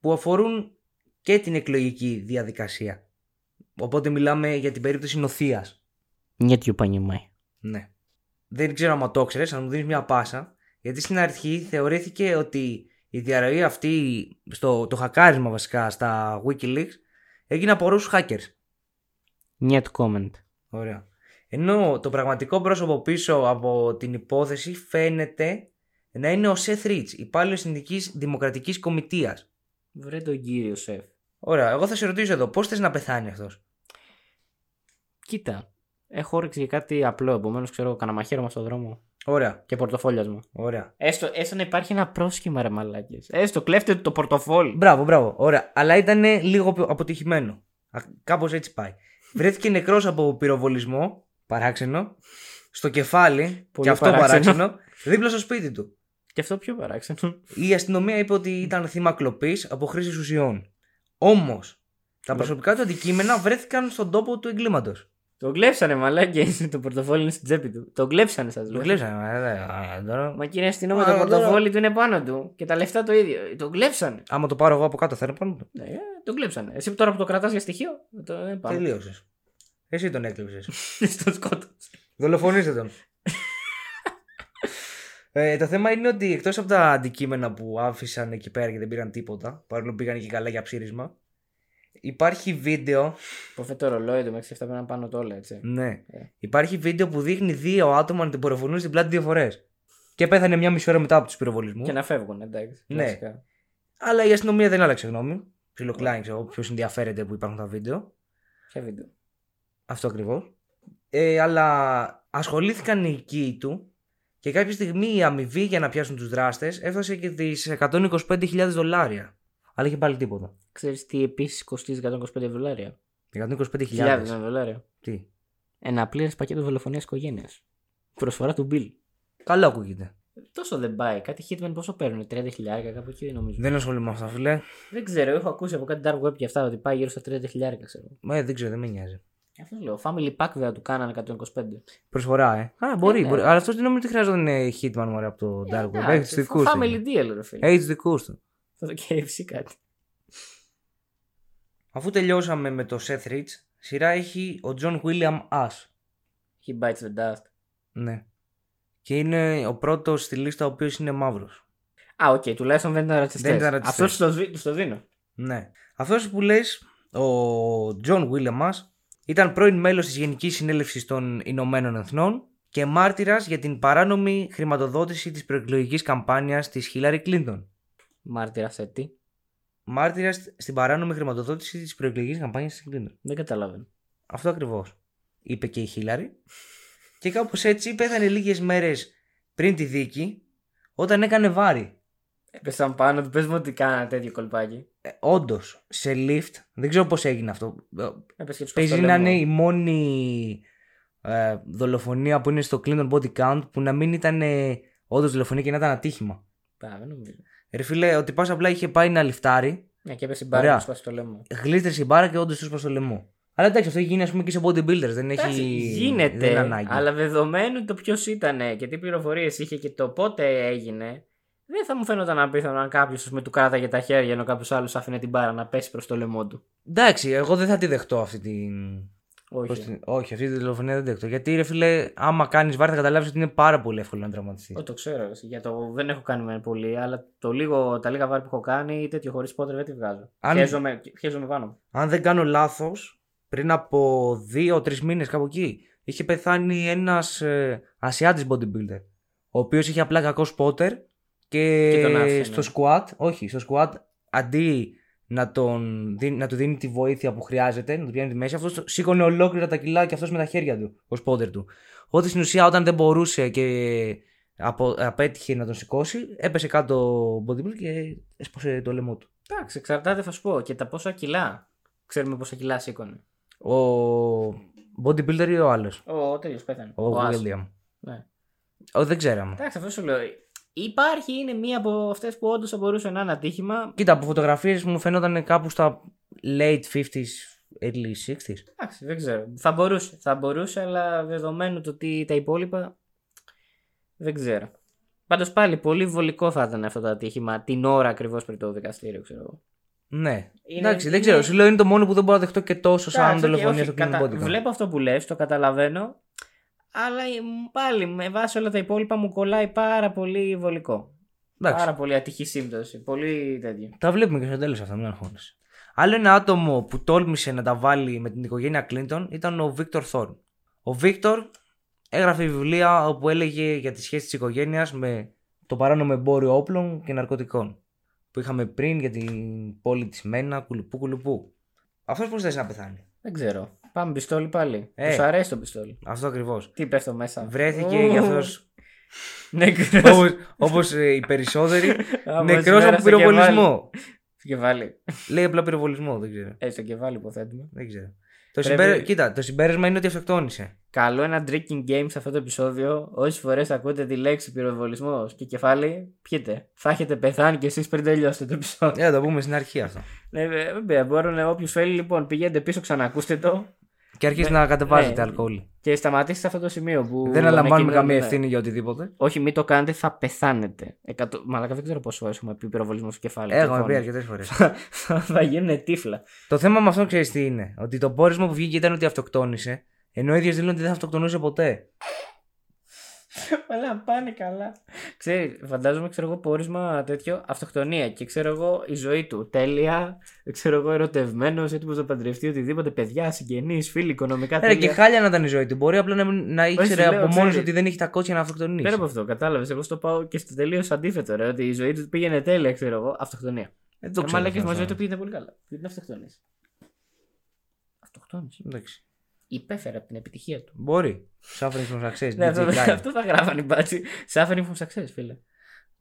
Speaker 3: που αφορούν και την εκλογική διαδικασία. Οπότε μιλάμε για την περίπτωση νοθείας.
Speaker 2: Нет, you понимаю.
Speaker 3: Ναι. Δεν ξέρω αν το ξέρεις, αν μου δίνεις μια πάσα. Γιατί στην αρχή θεωρήθηκε ότι η διαρροή αυτή, στο, το χακάρισμα βασικά στα Wikileaks, έγινε από Ρώσους hackers.
Speaker 2: Нет comment.
Speaker 3: Ωραία. Ενώ το πραγματικό πρόσωπο πίσω από την υπόθεση φαίνεται να είναι ο Σεθ Ρίτ, υπάλληλο Ινδική Δημοκρατικής Κομιτείας.
Speaker 2: Βρε τον κύριο Σεφ.
Speaker 3: Ωραία, εγώ θα σε ρωτήσω εδώ, πώς θες να πεθάνει αυτός.
Speaker 2: Κοίτα, έχω όρεξη για κάτι απλό. Επομένως, ξέρω, καναμαχαίρωμα στον δρόμο
Speaker 3: Ωραία,
Speaker 2: και πορτοφόλιας μου.
Speaker 3: ωραία.
Speaker 2: Έστω, έστω να υπάρχει ένα πρόσχημα, ρε μαλάκες. Έστω, κλέφτε το πορτοφόλι.
Speaker 3: Μπράβο, μπράβο, ωραία. Αλλά ήταν λίγο πιο αποτυχημένο. Κάπως έτσι πάει. Βρέθηκε νεκρός από πυροβολισμό, παράξενο, στο κεφάλι,
Speaker 2: Πολύ
Speaker 3: και αυτό παράξενο.
Speaker 2: παράξενο,
Speaker 3: δίπλα στο σπίτι του.
Speaker 2: Και αυτό πιο παράξενο.
Speaker 3: Η αστυνομία είπε ότι ήταν θύμα κλοπή από χρήση ουσιών. Όμως, τα προσωπικά του αντικείμενα βρέθηκαν στον τόπο του εγκλήματος.
Speaker 2: Το κλέψανε, μαλάκες. Το πορτοφόλι είναι στην τσέπη του. Το κλέψανε, σας
Speaker 3: Το
Speaker 2: λέω.
Speaker 3: κλέψανε. ε, δε, α, τώρα.
Speaker 2: Μα κύριε αστυνόμο,
Speaker 3: Α, ναι.
Speaker 2: το
Speaker 3: τώρα.
Speaker 2: πορτοφόλι του είναι πάνω του και τα λεφτά το ίδιο. Το κλέψανε.
Speaker 3: Άμα το πάρω εγώ από κάτω, θα είναι πάνω του.
Speaker 2: Ναι, ε, το κλέψανε. Εσύ που τώρα που το κρατάς για στοιχείο, το ε, πάνω.
Speaker 3: Τελείωσες. Εσύ τον έκλεψες.
Speaker 2: <laughs> Στο σκότος.
Speaker 3: Δολοφονήστε τον. ε, το θέμα είναι ότι εκτός από τα αντικείμενα που άφησαν εκεί πέρα και δεν πήραν τίποτα, παρόλο που πήγαν και καλά για ψήρισμα, υπάρχει βίντεο
Speaker 2: Ποφέ το ρολόι του μέχρι 7 πέραν πάνω το όλα, έτσι.
Speaker 3: Ναι.
Speaker 2: Ε.
Speaker 3: Υπάρχει βίντεο που δείχνει δύο άτομα να την πυροβολούν στην πλάτη δύο φορές. Και πέθανε μια μισή ώρα μετά από τους πυροβολισμούς.
Speaker 2: Και να φεύγουν, εντάξει.
Speaker 3: Ναι.
Speaker 2: κλασικά.
Speaker 3: Αλλά η αστυνομία δεν άλλαξε γνώμη. Ψιλοκλάνιξε όποιο ενδιαφέρεται που υπάρχουν τα βίντεο.
Speaker 2: Ποια βίντεο.
Speaker 3: Αυτό ακριβώς. Ε, αλλά ασχολήθηκαν οι οικοί του και κάποια στιγμή η αμοιβή για να πιάσουν τους δράστες έφτασε και τις 125.000 δολάρια. Αλλά είχε πάλι τίποτα.
Speaker 2: Ξέρεις τι επίσης κοστίζει 125 δολάρια.
Speaker 3: 125.000.
Speaker 2: 1000 δολάρια.
Speaker 3: Τι.
Speaker 2: Ένα πλήρες πακέτο δολοφονίας οικογένειας. Προσφορά του Bill.
Speaker 3: Καλό ακούγεται.
Speaker 2: Τόσο δεν πάει. Κάτι Hitman πόσο παίρνουν, 30 χιλιάρικα κάπου εκεί νομίζω.
Speaker 3: Δεν ασχολούμαι με αυτά, φίλε.
Speaker 2: Δεν ξέρω, έχω ακούσει από κάτι dark web και αυτά ότι πάει γύρω στα 30 χιλιάρικα ξέρω.
Speaker 3: Μα ε, δεν ξέρω, δεν με νοιάζει.
Speaker 2: Αυτό λέω. Family pack βέβαια του κάνανε 125.
Speaker 3: Προσφορά, ε. Α, μπορεί.
Speaker 2: Ε, ναι. Ε,
Speaker 3: μπορεί. Αλλά αυτό δεν νομίζω ότι χρειάζονταν ε, Hitman μωρέ, από το Dark Web. Έχεις τους
Speaker 2: Εντάξει,
Speaker 3: δικού του.
Speaker 2: Family deal, ρε φίλε.
Speaker 3: Έχεις τους δικούς του.
Speaker 2: Θα το KFC κάτι.
Speaker 3: Αφού τελειώσαμε με το Seth Rich, σειρά έχει ο John William Ash.
Speaker 2: He bites the dust.
Speaker 3: Ναι. Και είναι ο πρώτος στη λίστα ο οποίος είναι μαύρος.
Speaker 2: Α, οκ, τουλάχιστον δεν ήταν ρατσιστές.
Speaker 3: Δεν ήταν ρατσιστές.
Speaker 2: Αυτός στο, δι- στο δίνω.
Speaker 3: Ναι. Αυτός που λες, ο John William Ash, ήταν πρώην μέλος της Γενικής Συνέλευσης των Ηνωμένων Εθνών και μάρτυρας για την παράνομη χρηματοδότηση της προεκλογικής καμπάνιας της Hillary Clinton.
Speaker 2: Μάρτυρα σε τι.
Speaker 3: Μάρτυρας στην παράνομη χρηματοδότηση της προεκλογικής καμπάνιας της Clinton.
Speaker 2: Δεν καταλαβαίνω.
Speaker 3: Αυτό ακριβώς. Είπε και η Χίλαρη. Και κάπως έτσι πέθανε λίγες μέρες πριν τη δίκη, όταν έκανε βάρη.
Speaker 2: Έπεσαν πάνω του, πες μου ότι κάνα τέτοιο κολπάκι.
Speaker 3: Ε, Όντως, σε lift, δεν ξέρω πώς έγινε αυτό. Ε,
Speaker 2: Έπεσε και τους
Speaker 3: Παίζει να είναι η μόνη ε, δολοφονία που είναι στο Clinton Body Count που να μην ήταν ε, όντως δολοφονία και να ήταν ατύχημα.
Speaker 2: δεν νομίζω.
Speaker 3: Ρε φίλε, ότι πα απλά είχε πάει να λιφτάρει,
Speaker 2: Ναι, και έπεσε η μπάρα
Speaker 3: Ωραία.
Speaker 2: και του σπάσει το λαιμό.
Speaker 3: γλίστρησε η μπάρα και όντως τους προ το λαιμό. Αλλά εντάξει, αυτό έχει γίνει ας πούμε και σε bodybuilders. Δεν έχει.
Speaker 2: Εντάξει,
Speaker 3: δεν είναι
Speaker 2: γίνεται,
Speaker 3: ανάγκη.
Speaker 2: αλλά δεδομένου το ποιος ήταν και τι πληροφορίες είχε και το πότε έγινε, δεν θα μου φαίνονταν απίθανο αν κάποιος με του κράταγε τα χέρια ενώ κάποιος άλλος άφηνε την μπάρα να πέσει προς το λαιμό του.
Speaker 3: Εντάξει, εγώ δεν θα τη δεχτώ αυτή την. Πώς
Speaker 2: Όχι.
Speaker 3: την- Όχι, αυτή τη δολοφονία δεν δέχτω. Γιατί ρε φίλε, άμα κάνεις βάρη θα καταλάβεις ότι είναι πάρα πολύ εύκολο να τραυματιστείς.
Speaker 2: Ό, το ξέρω. ρε. Για το... Δεν έχω κάνει με πολύ, αλλά το λίγο, τα λίγα βάρη που έχω κάνει ή τέτοιο χωρίς πότε δεν τη βγάζω.
Speaker 3: Αν-
Speaker 2: Χαίζομαι, χαίζομαι πάνω μου.
Speaker 3: Αν δεν κάνω λάθος, πριν από δύο-τρει μήνες κάπου εκεί, είχε πεθάνει ένας ε, Ασιάτης bodybuilder. Ο οποίος είχε απλά κακό σπότερ Και,
Speaker 2: Και τον άφησε,
Speaker 3: στο
Speaker 2: ναι.
Speaker 3: squat, όχι, στο squat αντί να, τον, δίνει- να του δίνει τη βοήθεια που χρειάζεται, να του πιάνει τη μέση, αυτός σήκωνε ολόκληρα τα κιλά και αυτός με τα χέρια του, ως πόντερ του. Ότι στην ουσία όταν δεν μπορούσε και απο, απέτυχε να τον σηκώσει, έπεσε κάτω ο bodybuilder και έσπασε το λαιμό του.
Speaker 2: Εντάξει, εξαρτάται, θα σου πω και τα πόσα κιλά. Ξέρουμε πόσα κιλά σήκωνε.
Speaker 3: Ο bodybuilder ή ο άλλος.
Speaker 2: Ο τέλειος πέθανε.
Speaker 3: Ο,
Speaker 2: Ο Άσο.
Speaker 3: William.
Speaker 2: Ναι.
Speaker 3: Ο, δεν ξέραμε.
Speaker 2: Εντάξει, αυτό σου λέω. Υπάρχει, είναι μία από αυτές που όντως θα μπορούσε να είναι ατύχημα.
Speaker 3: Κοίτα, από φωτογραφίες μου φαινόταν κάπου στα late 50s, early 60s.
Speaker 2: Εντάξει, δεν ξέρω. Θα μπορούσε, θα μπορούσε, αλλά δεδομένου το ότι τα υπόλοιπα. Δεν ξέρω. Πάντως πάλι πολύ βολικό θα ήταν αυτό το ατύχημα την ώρα ακριβώς πριν το δικαστήριο, ξέρω εγώ.
Speaker 3: Ναι.
Speaker 2: Είναι-
Speaker 3: Εντάξει,
Speaker 2: είναι-
Speaker 3: δεν ξέρω. Σου λέω είναι το μόνο που δεν μπορώ να δεχτώ και τόσο σαν
Speaker 2: Εντάξει, οκ,
Speaker 3: δολοφονία
Speaker 2: όχι,
Speaker 3: στο ποινικό
Speaker 2: κατα-
Speaker 3: κώδικα.
Speaker 2: Βλέπω αυτό που λες, το καταλαβαίνω. Αλλά ε, μ, πάλι με βάση όλα τα υπόλοιπα μου κολλάει πάρα πολύ βολικό.
Speaker 3: Εντάξει.
Speaker 2: Πάρα πολύ ατυχή σύμπτωση. Πολύ τέτοιο.
Speaker 3: Τα βλέπουμε και στο τέλος αυτά, μην αγχώνεσαι. Άλλο ένα άτομο που τόλμησε να τα βάλει με την οικογένεια Κλίντον ήταν ο Βίκτορ Θόρν. Ο Βίκτορ έγραφε βιβλία όπου έλεγε για τη σχέση της οικογένειας με το παράνομο εμπόριο όπλων και ναρκωτικών που είχαμε πριν για την πόλη της Μένα, κουλουπού κουλουπού. Αυτός πώς θες να πεθάνει.
Speaker 2: Δεν ξέρω. Πάμε πιστόλι πάλι.
Speaker 3: Ε.
Speaker 2: Τους αρέσει το πιστόλι.
Speaker 3: Αυτό ακριβώς.
Speaker 2: Τι πέφτω μέσα. Ναι,
Speaker 3: Βρέθηκε
Speaker 2: Ου,
Speaker 3: γι'
Speaker 2: <laughs>
Speaker 3: αυτός
Speaker 2: Νεκρός.
Speaker 3: όπως ε, οι περισσότεροι
Speaker 2: Άμα
Speaker 3: νεκρό από
Speaker 2: σμέρασε
Speaker 3: πυροβολισμό.
Speaker 2: Και βάλει.
Speaker 3: Λέει απλά πυροβολισμό, δεν ξέρω.
Speaker 2: Ε, στο κεφάλι υποθέτουμε.
Speaker 3: Δεν ξέρω. Το
Speaker 2: Πρέπει-
Speaker 3: συμπέρασμα, Κοίτα, το συμπέρασμα είναι ότι αυτοκτόνησε.
Speaker 2: Καλό ένα drinking game σε αυτό το επεισόδιο. Όσες φορές ακούτε τη λέξη πυροβολισμός και κεφάλι, πιείτε. Θα έχετε πεθάνει κι εσείς πριν τελειώσετε το επεισόδιο.
Speaker 3: Ε, θα το πούμε στην αρχή αυτό.
Speaker 2: Ναι, βε- βέβαια, μπορούν όποιος θέλει, λοιπόν, πηγαίνετε πίσω, ξανακούστε το
Speaker 3: Και αρχίζεις
Speaker 2: Ναι,
Speaker 3: να κατεβάζεται
Speaker 2: ναι.
Speaker 3: αλκοόλ.
Speaker 2: και σταματήστε σε αυτό το σημείο που. ναι.
Speaker 3: Δεν αναλαμβάνουμε
Speaker 2: ανακοινώνουμε.
Speaker 3: καμία ευθύνη για οτιδήποτε.
Speaker 2: Όχι, μην το κάνετε, θα πεθάνετε. Εκατο... Μαλάκα, δεν ξέρω πόσε φορέ έχουμε πει πυροβολισμό στο κεφάλι.
Speaker 3: Ε, Έχουμε πει
Speaker 2: Τυχόν.
Speaker 3: αρκετές φορές.
Speaker 2: θα, <laughs> θα γίνουν τύφλα.
Speaker 3: το θέμα με αυτό ξέρεις τι είναι. Ότι το πόρισμα που βγήκε ήταν ότι αυτοκτόνησε, ενώ ο ίδιο δήλωνε ότι δεν θα αυτοκτονούσε ποτέ.
Speaker 2: <laughs> Όλα πάνε καλά. Ξέρει, φαντάζομαι, ξέρω εγώ, πόρισμα τέτοιο, αυτοκτονία και ξέρω εγώ, η ζωή του. Τέλεια, ξέρω εγώ, ερωτευμένος, έτοιμος να παντρευτεί οτιδήποτε, παιδιά, συγγενείς, φίλοι, οικονομικά
Speaker 3: Ρε,
Speaker 2: τέλεια.
Speaker 3: και χάλια να ήταν η ζωή του. Μπορεί απλά να, μην- να ήξερε
Speaker 2: λέω,
Speaker 3: από μόνος
Speaker 2: ξέρει.
Speaker 3: ότι δεν έχει τα κότσια να αυτοκτονήσει.
Speaker 2: Πέρα από αυτό, κατάλαβες. Εγώ στο πάω και στο τελείω αντίθετο, ρε, ότι η ζωή του πήγαινε τέλεια, ξέρω εγώ, αυτοκτονία.
Speaker 3: Δεν
Speaker 2: Το
Speaker 3: το
Speaker 2: ναι.
Speaker 3: ξέρω.
Speaker 2: μαλακέ
Speaker 3: αυτό.
Speaker 2: μα ζωή του πήγαινε πολύ καλά. Γιατί να αυτοκτονήσει. Αυτοκτόνησε.
Speaker 3: Εντάξει.
Speaker 2: Υπέφερε από την επιτυχία του.
Speaker 3: Μπορεί. Suffering from success.
Speaker 2: Ναι, αυτό,
Speaker 3: DJ Khaled.
Speaker 2: αυτό θα γράφανε οι μπάτσι. Suffering from success, φίλε.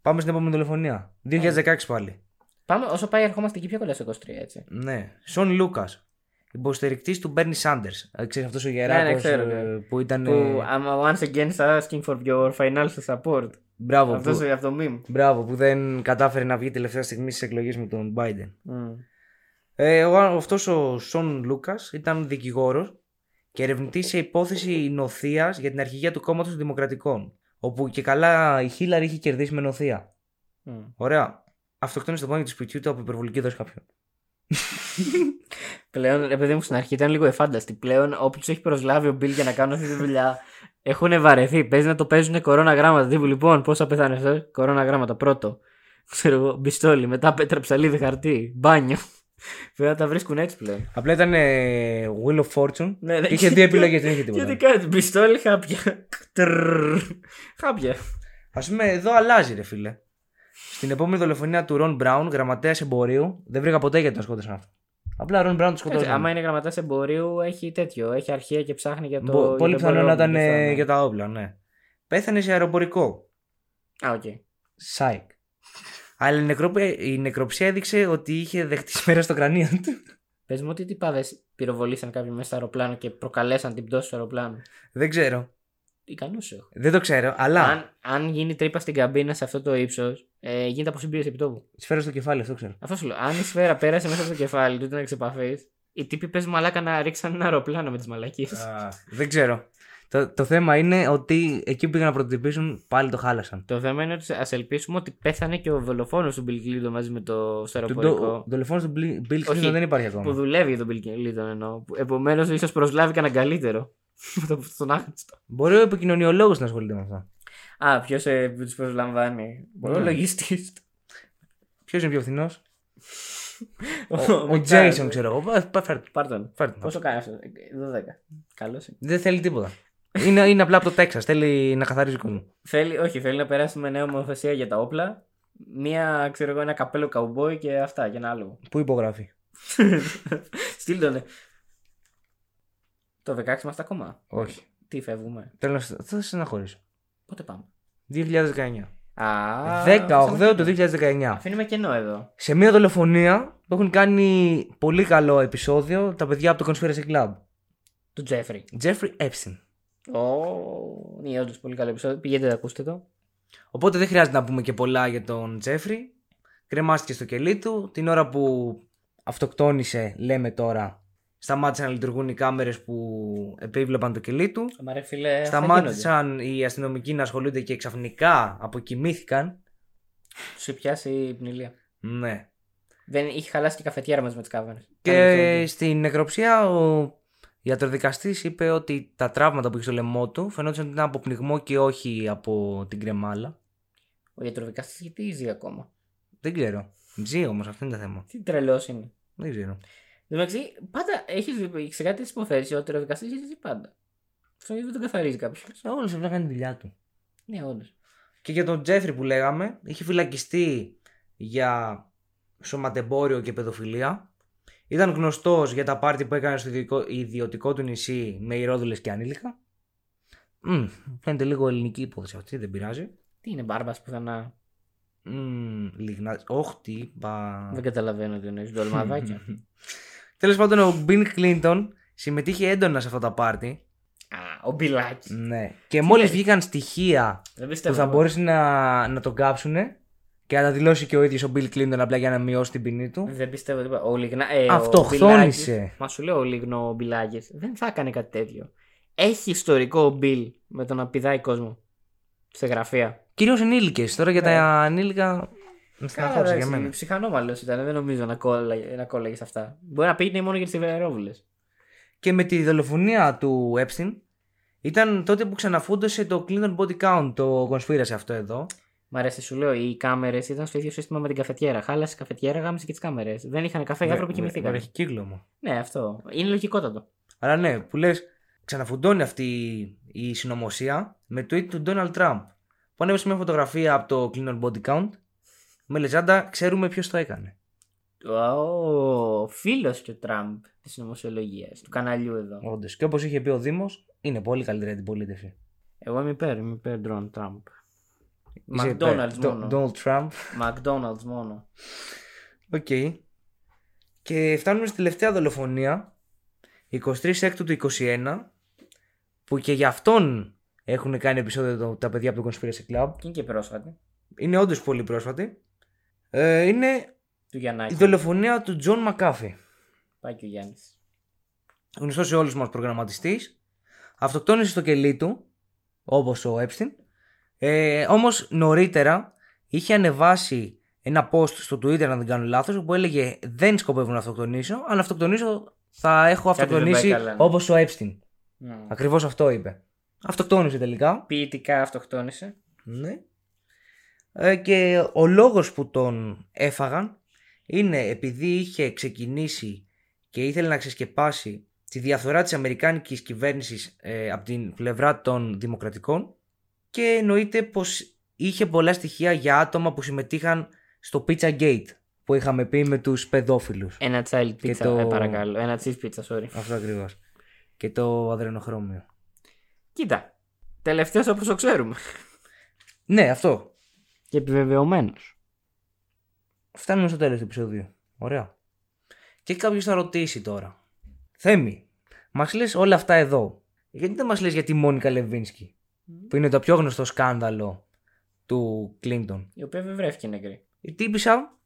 Speaker 3: Πάμε στην επόμενη
Speaker 2: Ναι.
Speaker 3: τηλεφωνία. 2016 πάλι.
Speaker 2: Πάμε, όσο πάει, ερχόμαστε και πιο κοντά στο 23, έτσι.
Speaker 3: Ναι. Σον Λούκας. Υποστηρικτής του Μπέρνι Σάντερ. Ξέρεις αυτός ο
Speaker 2: Ναι, ναι,
Speaker 3: γεράκος
Speaker 2: ξέρω, ναι.
Speaker 3: που ήταν.
Speaker 2: Που
Speaker 3: ε,
Speaker 2: I'm once again asking for your financial support.
Speaker 3: Μπράβο,
Speaker 2: Αυτός
Speaker 3: που,
Speaker 2: το meme.
Speaker 3: μπράβο, που δεν κατάφερε να βγει τελευταία στιγμή στις εκλογές με τον Biden.
Speaker 2: Mm.
Speaker 3: Ε, ο, αυτός ο Σον Λούκας ήταν δικηγόρος και ερευνητή σε υπόθεση νοθείας για την αρχηγία του κόμματος των Δημοκρατικών. Όπου και καλά η Χίλαρη είχε κερδίσει με νοθεία.
Speaker 2: Mm.
Speaker 3: Ωραία. Αυτοκτόνησε το πάνιο του σπιτιού του από υπερβολική δόση κάποιου.
Speaker 2: Πλέον, επειδή μου στην αρχή ήταν λίγο εφάνταστη. Πλέον, όποιο έχει προσλάβει ο Μπιλ για να κάνουν αυτή τη δουλειά, έχουν βαρεθεί. Παίζει να το παίζουν κορώνα γράμματα. Τύπου λοιπόν, πώ θα πεθάνει αυτός, κορώνα γράμματα πρώτο. Ξέρω εγώ, μπιστόλι, μετά πέτρα ψαλίδι χαρτί, μπάνιο. Πρέπει να τα βρίσκουν έτσι πλέον.
Speaker 3: Απλά ήταν ε, Wheel of Fortune.
Speaker 2: Ναι, ναι. <laughs>
Speaker 3: και είχε δύο επιλογές, δεν είχε
Speaker 2: Και τι
Speaker 3: τίποτα.
Speaker 2: κάνει, μπιστόλι, χάπια. Κτρρρρ. Χάπια.
Speaker 3: Α πούμε, εδώ αλλάζει, ρε φίλε. Στην επόμενη δολοφονία του Ρον Μπράουν, γραμματέα εμπορίου, δεν βρήκα ποτέ γιατί τον σκότωσαν αυτό. Απλά Ρον Μπράουν τον
Speaker 2: Εντάξει,
Speaker 3: σκοτώσαν.
Speaker 2: άμα είναι γραμματέα εμπορίου, έχει τέτοιο. Έχει αρχεία και ψάχνει για το.
Speaker 3: Μπο-
Speaker 2: για
Speaker 3: πολύ
Speaker 2: το
Speaker 3: πιθανό
Speaker 2: εμπόριο
Speaker 3: να ήταν
Speaker 2: όπλων και
Speaker 3: ε,
Speaker 2: αυτά,
Speaker 3: για τα όπλα, ναι. Πέθανε σε αεροπορικό.
Speaker 2: ναι. Α, οκ.
Speaker 3: Σάικ. Αλλά η, νεκροπε- η νεκροψία έδειξε ότι είχε δεχτεί σφαίρα στο κρανίο του.
Speaker 2: Πες μου, τι τυπάδες πυροβολήσαν κάποιοι μέσα στο αεροπλάνο και προκαλέσαν την πτώση του αεροπλάνου.
Speaker 3: Δεν ξέρω.
Speaker 2: Ικανούς έχω.
Speaker 3: Δεν το ξέρω, αλλά.
Speaker 2: Αν, αν γίνει τρύπα στην καμπίνα σε αυτό το ύψος, ε, γίνεται από συμπίεση επιτόπου.
Speaker 3: Σφαίρα στο κεφάλι, αυτό ξέρω.
Speaker 2: Αυτό σου λέω. Αν η
Speaker 3: <laughs>
Speaker 2: σφαίρα πέρασε μέσα στο κεφάλι του, ήταν εξ επαφή, οι τύποι πες μαλάκα να ρίξαν ένα αεροπλάνο με τις μαλακίες.
Speaker 3: δεν ξέρω. Το, το θέμα είναι ότι εκεί που πήγαν να πρωτοτυπήσουν πάλι το χάλασαν.
Speaker 2: Το θέμα είναι ότι ας ελπίσουμε ότι πέθανε και ο δολοφόνος του Bill Clinton μαζί με το στο
Speaker 3: Το
Speaker 2: αεροπορικό.
Speaker 3: το- δολοφόνος του Μπιλ Μπιλ
Speaker 2: Όχι.
Speaker 3: Κλίντον δεν υπάρχει ακόμα.
Speaker 2: Που δουλεύει για τον Bill Clinton εννοώ. Επομένως, ίσως προσλάβει κανέναν καλύτερο. <laughs> Τον- Τον άχρηστο.
Speaker 3: Μπορεί ο επικοινωνιολόγος να ασχολείται με αυτά.
Speaker 2: Α, ποιος ε, τους προσλαμβάνει. Μπορεί ο
Speaker 3: Ναι.
Speaker 2: λογιστής.
Speaker 3: Ποιος είναι πιο φθηνός, Ο, ο
Speaker 2: Ο
Speaker 3: Jason, ξέρω εγώ. Πα- πα- Φέρτε
Speaker 2: Πάρτον.
Speaker 3: φέρτε τον.
Speaker 2: Πόσο κάνει αυτό, 12. Καλός είναι.
Speaker 3: Δεν θέλει τίποτα. Είναι, είναι απλά από το Τέξας. Θέλει να καθαρίζει κόσμος.
Speaker 2: Θέλει, όχι, θέλει να περάσουμε νέα νομοθεσία για τα όπλα μία, ξέρω εγώ, ένα καπέλο καουμπόι και αυτά και ένα <laughs> άλλο.
Speaker 3: Πού υπογράφει.
Speaker 2: Στείλτονε. ε. Το 16 είμαστε ακόμα.
Speaker 3: Όχι.
Speaker 2: Τι φεύγουμε.
Speaker 3: Θέλω να σε- θα σε στεναχωρήσω.
Speaker 2: Πότε πάμε.
Speaker 3: 2019.
Speaker 2: Α,
Speaker 3: 18
Speaker 2: αφήνουμε-
Speaker 3: του 2019.
Speaker 2: Αφήνουμε κενό εδώ.
Speaker 3: Σε μία δολοφονία που έχουν κάνει πολύ καλό επεισόδιο τα παιδιά από το Conspiracy Club.
Speaker 2: Του Τζέφρι.
Speaker 3: Jeffrey Epstein.
Speaker 2: Ω, ναι, όντως πολύ καλό επεισόδιο. Πηγαίνετε, ακούστε το.
Speaker 3: Οπότε δεν χρειάζεται να πούμε και πολλά για τον Τζέφρι. Κρεμάστηκε στο κελί του. Την ώρα που αυτοκτόνησε, λέμε τώρα, σταμάτησαν να λειτουργούν οι κάμερες που επίβλεπαν το κελί του.
Speaker 2: Μα ρε φίλε, αυτά γίνονται.
Speaker 3: Σταμάτησαν οι αστυνομικοί να ασχολούνται και ξαφνικά αποκοιμήθηκαν.
Speaker 2: Σου πιάσει η πνηλία.
Speaker 3: Ναι.
Speaker 2: Δεν είχε χαλάσει και η καφετιέρα μας με τις κάβερες.
Speaker 3: Και στην νεκροψία ο ιατροδικαστής είπε ότι τα τραύματα που είχε στο λαιμό του φαινόταν ότι ήταν από πνιγμό και όχι από την κρεμάλα.
Speaker 2: Ο ιατροδικαστής γιατί ζει ακόμα.
Speaker 3: Δεν ξέρω. Ζει όμως, αυτό είναι το θέμα.
Speaker 2: Τι τρελός είναι.
Speaker 3: Δεν ξέρω.
Speaker 2: Εν τω μεταξύ, πάντα έχεις δει σε κάτι τις υποθέσεις. Ο τεροδικαστή έχεις δει πάντα. Στο ίδιο δεν τον καθαρίζει κάποιος.
Speaker 3: Όλο αυτό κάνει τη δουλειά του.
Speaker 2: Ναι, όντω.
Speaker 3: Και για τον Τζέφρι που λέγαμε, είχε φυλακιστεί για σωματεμπόριο και παιδοφιλία. Ήταν γνωστός για τα πάρτι που έκανε στο ιδιωτικό, ιδιωτικό του νησί με ηρόδουλες και ανήλικα. Μμ, φαίνεται λίγο ελληνική υπόθεση αυτή, δεν πειράζει.
Speaker 2: Τι είναι μπάρμπας πουθενά.
Speaker 3: Μμ, λιγνά... Όχτι, μπα...
Speaker 2: Δεν καταλαβαίνω τι
Speaker 3: <laughs>
Speaker 2: εννοείς. Ντολμαδάκια.
Speaker 3: Τέλος πάντων, ο Μπιλ Κλίντον συμμετείχε έντονα σε αυτά τα πάρτι.
Speaker 2: Α, ο μπιλάκι.
Speaker 3: Ναι. Και μόλις βγήκαν στοιχεία
Speaker 2: Δεν
Speaker 3: που
Speaker 2: πιστεύω.
Speaker 3: θα μπορούσε να, να τον κάψουνε και να τα δηλώσει και ο ίδιος ο Μπιλ Κλίντον απλά για να μειώσει την ποινή του.
Speaker 2: Δεν πιστεύω τίποτα. Ο λιγνα... ε, ο
Speaker 3: Αυτοχθόνησε.
Speaker 2: Μπιλάκης- Μα σου λέω ο λιγνό μπιλάκι. Δεν θα έκανε κάτι τέτοιο. Έχει ιστορικό ο Μπιλ με το να πηδάει κόσμο. Σε γραφεία.
Speaker 3: Κυρίως ενήλικες.
Speaker 2: Ναι.
Speaker 3: Τώρα για τα ανήλικα. Με στεναχώρησε για μένα.
Speaker 2: Ψυχανόμαλος ήταν. Δεν νομίζω να κόλλαγε, να κόλλαγες σε αυτά. Μπορεί να πήγαινε μόνο για τις Ιβερόβουλε.
Speaker 3: Και με τη δολοφονία του Epstein ήταν τότε που ξαναφούντωσε το Clinton Body Count, το conspiracy αυτό εδώ.
Speaker 2: Μ' αρέσει, σου λέω, οι κάμερες ήταν στο ίδιο σύστημα με την καφετιέρα. Χάλασε η καφετιέρα, γάμισε και τις κάμερες. Δεν είχαν καφέ,
Speaker 3: Ναι,
Speaker 2: οι άνθρωποι κοιμηθήκαν.
Speaker 3: Έχει κύκλωμα.
Speaker 2: Ναι, αυτό. Είναι λογικότατο.
Speaker 3: Αλλά ναι, που λες, ξαναφουντώνει αυτή η συνωμοσία με tweet του Donald Trump. Που ανέβασε μια φωτογραφία από το Clinton Body Count με λεζάντα, ξέρουμε ποιος το έκανε.
Speaker 2: Ο φίλος του Τραμπ της νομοσιολογίας, του καναλιού εδώ.
Speaker 3: Όντως. Και όπως είχε πει ο Δήμος, είναι πολύ καλύτερη αντιπολίτευση.
Speaker 2: Εγώ είμαι υπέρ, είμαι υπέρ Ντρόν Τραμπ.
Speaker 3: Είσαι υπέρ.
Speaker 2: McDonald's
Speaker 3: Το-
Speaker 2: μόνο.
Speaker 3: Donald Trump.
Speaker 2: McDonald's μόνο.
Speaker 3: Οκ. Και φτάνουμε στη τελευταία δολοφονία. 23 Έκτου του 21. Που και για αυτόν έχουν κάνει επεισόδιο το- τα παιδιά από το Conspiracy Club.
Speaker 2: Και είναι και πρόσφατη.
Speaker 3: Είναι όντως πολύ πρόσφατη. Ε, είναι
Speaker 2: Του
Speaker 3: η
Speaker 2: Γιαννάκη.
Speaker 3: δολοφονία του Τζον Μακάφη.
Speaker 2: Πάει και ο Γιάννης.
Speaker 3: γνωστός σε όλους μας προγραμματιστής, αυτοκτόνησε στο κελί του, όπως ο Epstein. Ε, Όμως νωρίτερα είχε ανεβάσει ένα post στο Twitter, αν δεν κάνω λάθος, που έλεγε Δεν σκοπεύω να αυτοκτονήσω. Αν αυτοκτονήσω, θα έχω
Speaker 2: Κάτι δεν
Speaker 3: αυτοκτονήσει
Speaker 2: πάει καλά, ναι.
Speaker 3: όπως ο Epstein. Ακριβώς αυτό είπε. Αυτοκτόνησε τελικά.
Speaker 2: Ποιητικά αυτοκτόνησε.
Speaker 3: Ναι. Ε, και ο λόγος που τον έφαγαν είναι επειδή είχε ξεκινήσει και ήθελε να ξεσκεπάσει τη διαφθορά της Αμερικάνικης κυβέρνησης ε, από την πλευρά των Δημοκρατικών και εννοείται πως είχε πολλά στοιχεία για άτομα που συμμετείχαν στο Pizza Gate που είχαμε πει με τους παιδόφιλους.
Speaker 2: Ένα child
Speaker 3: Και
Speaker 2: pizza,
Speaker 3: το-
Speaker 2: ε, παρακαλώ. Ένα cheese pizza, sorry.
Speaker 3: Αυτό ακριβώς. Και το αδρενοχρώμιο.
Speaker 2: Κοίτα. Τελευταίος όπως το ξέρουμε.
Speaker 3: Ναι, αυτό.
Speaker 2: Και επιβεβαιωμένος.
Speaker 3: Φτάνουμε στο τέλος του επεισόδιου. Ωραία. Και κάποιος θα ρωτήσει τώρα. Θέμη, μας λες όλα αυτά εδώ. Γιατί δεν μας λες για τη Μόνικα Λεβίνσκι, που είναι το πιο γνωστό σκάνδαλο του Κλίντον.
Speaker 2: Η οποία βρέθηκε νεκρή.
Speaker 3: Η τύπησα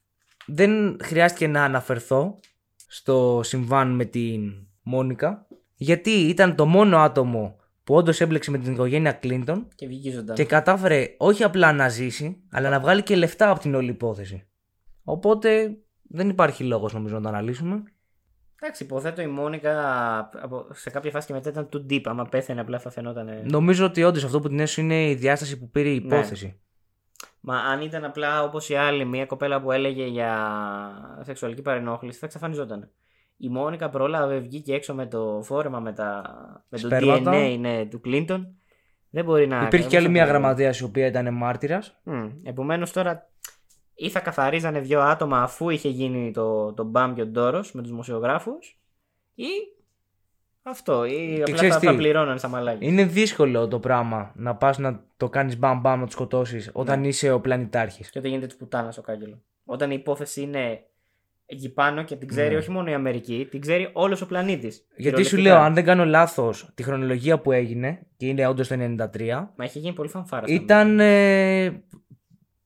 Speaker 3: δεν χρειάστηκε να αναφερθώ στο συμβάν με την Μόνικα, γιατί ήταν το μόνο άτομο που όντως έμπλεξε με την οικογένεια Κλίντον
Speaker 2: Και βγήκε ζωντανή.
Speaker 3: και κατάφερε όχι απλά να ζήσει, αλλά να βγάλει και λεφτά από την όλη υπόθεση. Οπότε δεν υπάρχει λόγος νομίζω να το αναλύσουμε.
Speaker 2: Εντάξει, υποθέτω η Μόνικα από- σε κάποια φάση και μετά ήταν του deep. Άμα πέθανε, απλά θα φαινόταν.
Speaker 3: Νομίζω ότι όντως αυτό που την έσου είναι η διάσταση που πήρε η
Speaker 2: Ναι.
Speaker 3: υπόθεση.
Speaker 2: Μα αν ήταν απλά όπως η άλλη, μια κοπέλα που έλεγε για σεξουαλική παρενόχληση, θα εξαφανιζόταν. Η Μόνικα πρόλαβε, βγήκε έξω με το φόρεμα με, τα... με το
Speaker 3: Σπέρματα.
Speaker 2: DNA ναι, του Κλίντον. Δεν μπορεί να.
Speaker 3: Υπήρχε και άλλη μια
Speaker 2: γραμματεία.
Speaker 3: γραμματέα η οποία ήταν μάρτυρας.
Speaker 2: Επομένως τώρα ή θα καθαρίζανε δύο άτομα αφού είχε γίνει το, το μπαμ και ο ντόρος με τους δημοσιογράφους, ή αυτό. Ή απλά
Speaker 3: ξέρεις
Speaker 2: θα,
Speaker 3: τι,
Speaker 2: θα πληρώνανε στα μαλάκια.
Speaker 3: Είναι δύσκολο το πράγμα να πας να το κάνεις μπαμ μπαμ να του σκοτώσεις όταν
Speaker 2: Ναι.
Speaker 3: είσαι ο πλανητάρχης.
Speaker 2: Και όταν γίνεται της πουτάνας ο κάγκελο. Όταν η υπόθεση είναι εκεί πάνω και την ξέρει
Speaker 3: Ναι.
Speaker 2: όχι μόνο η Αμερική, την ξέρει όλος ο πλανήτης.
Speaker 3: Γιατί σου λέω, αν δεν κάνω λάθος, τη χρονολογία που έγινε, και είναι όντως το 93,
Speaker 2: Μα είχε γίνει πολύ ναι. φανφάρα. στα
Speaker 3: ήταν ε,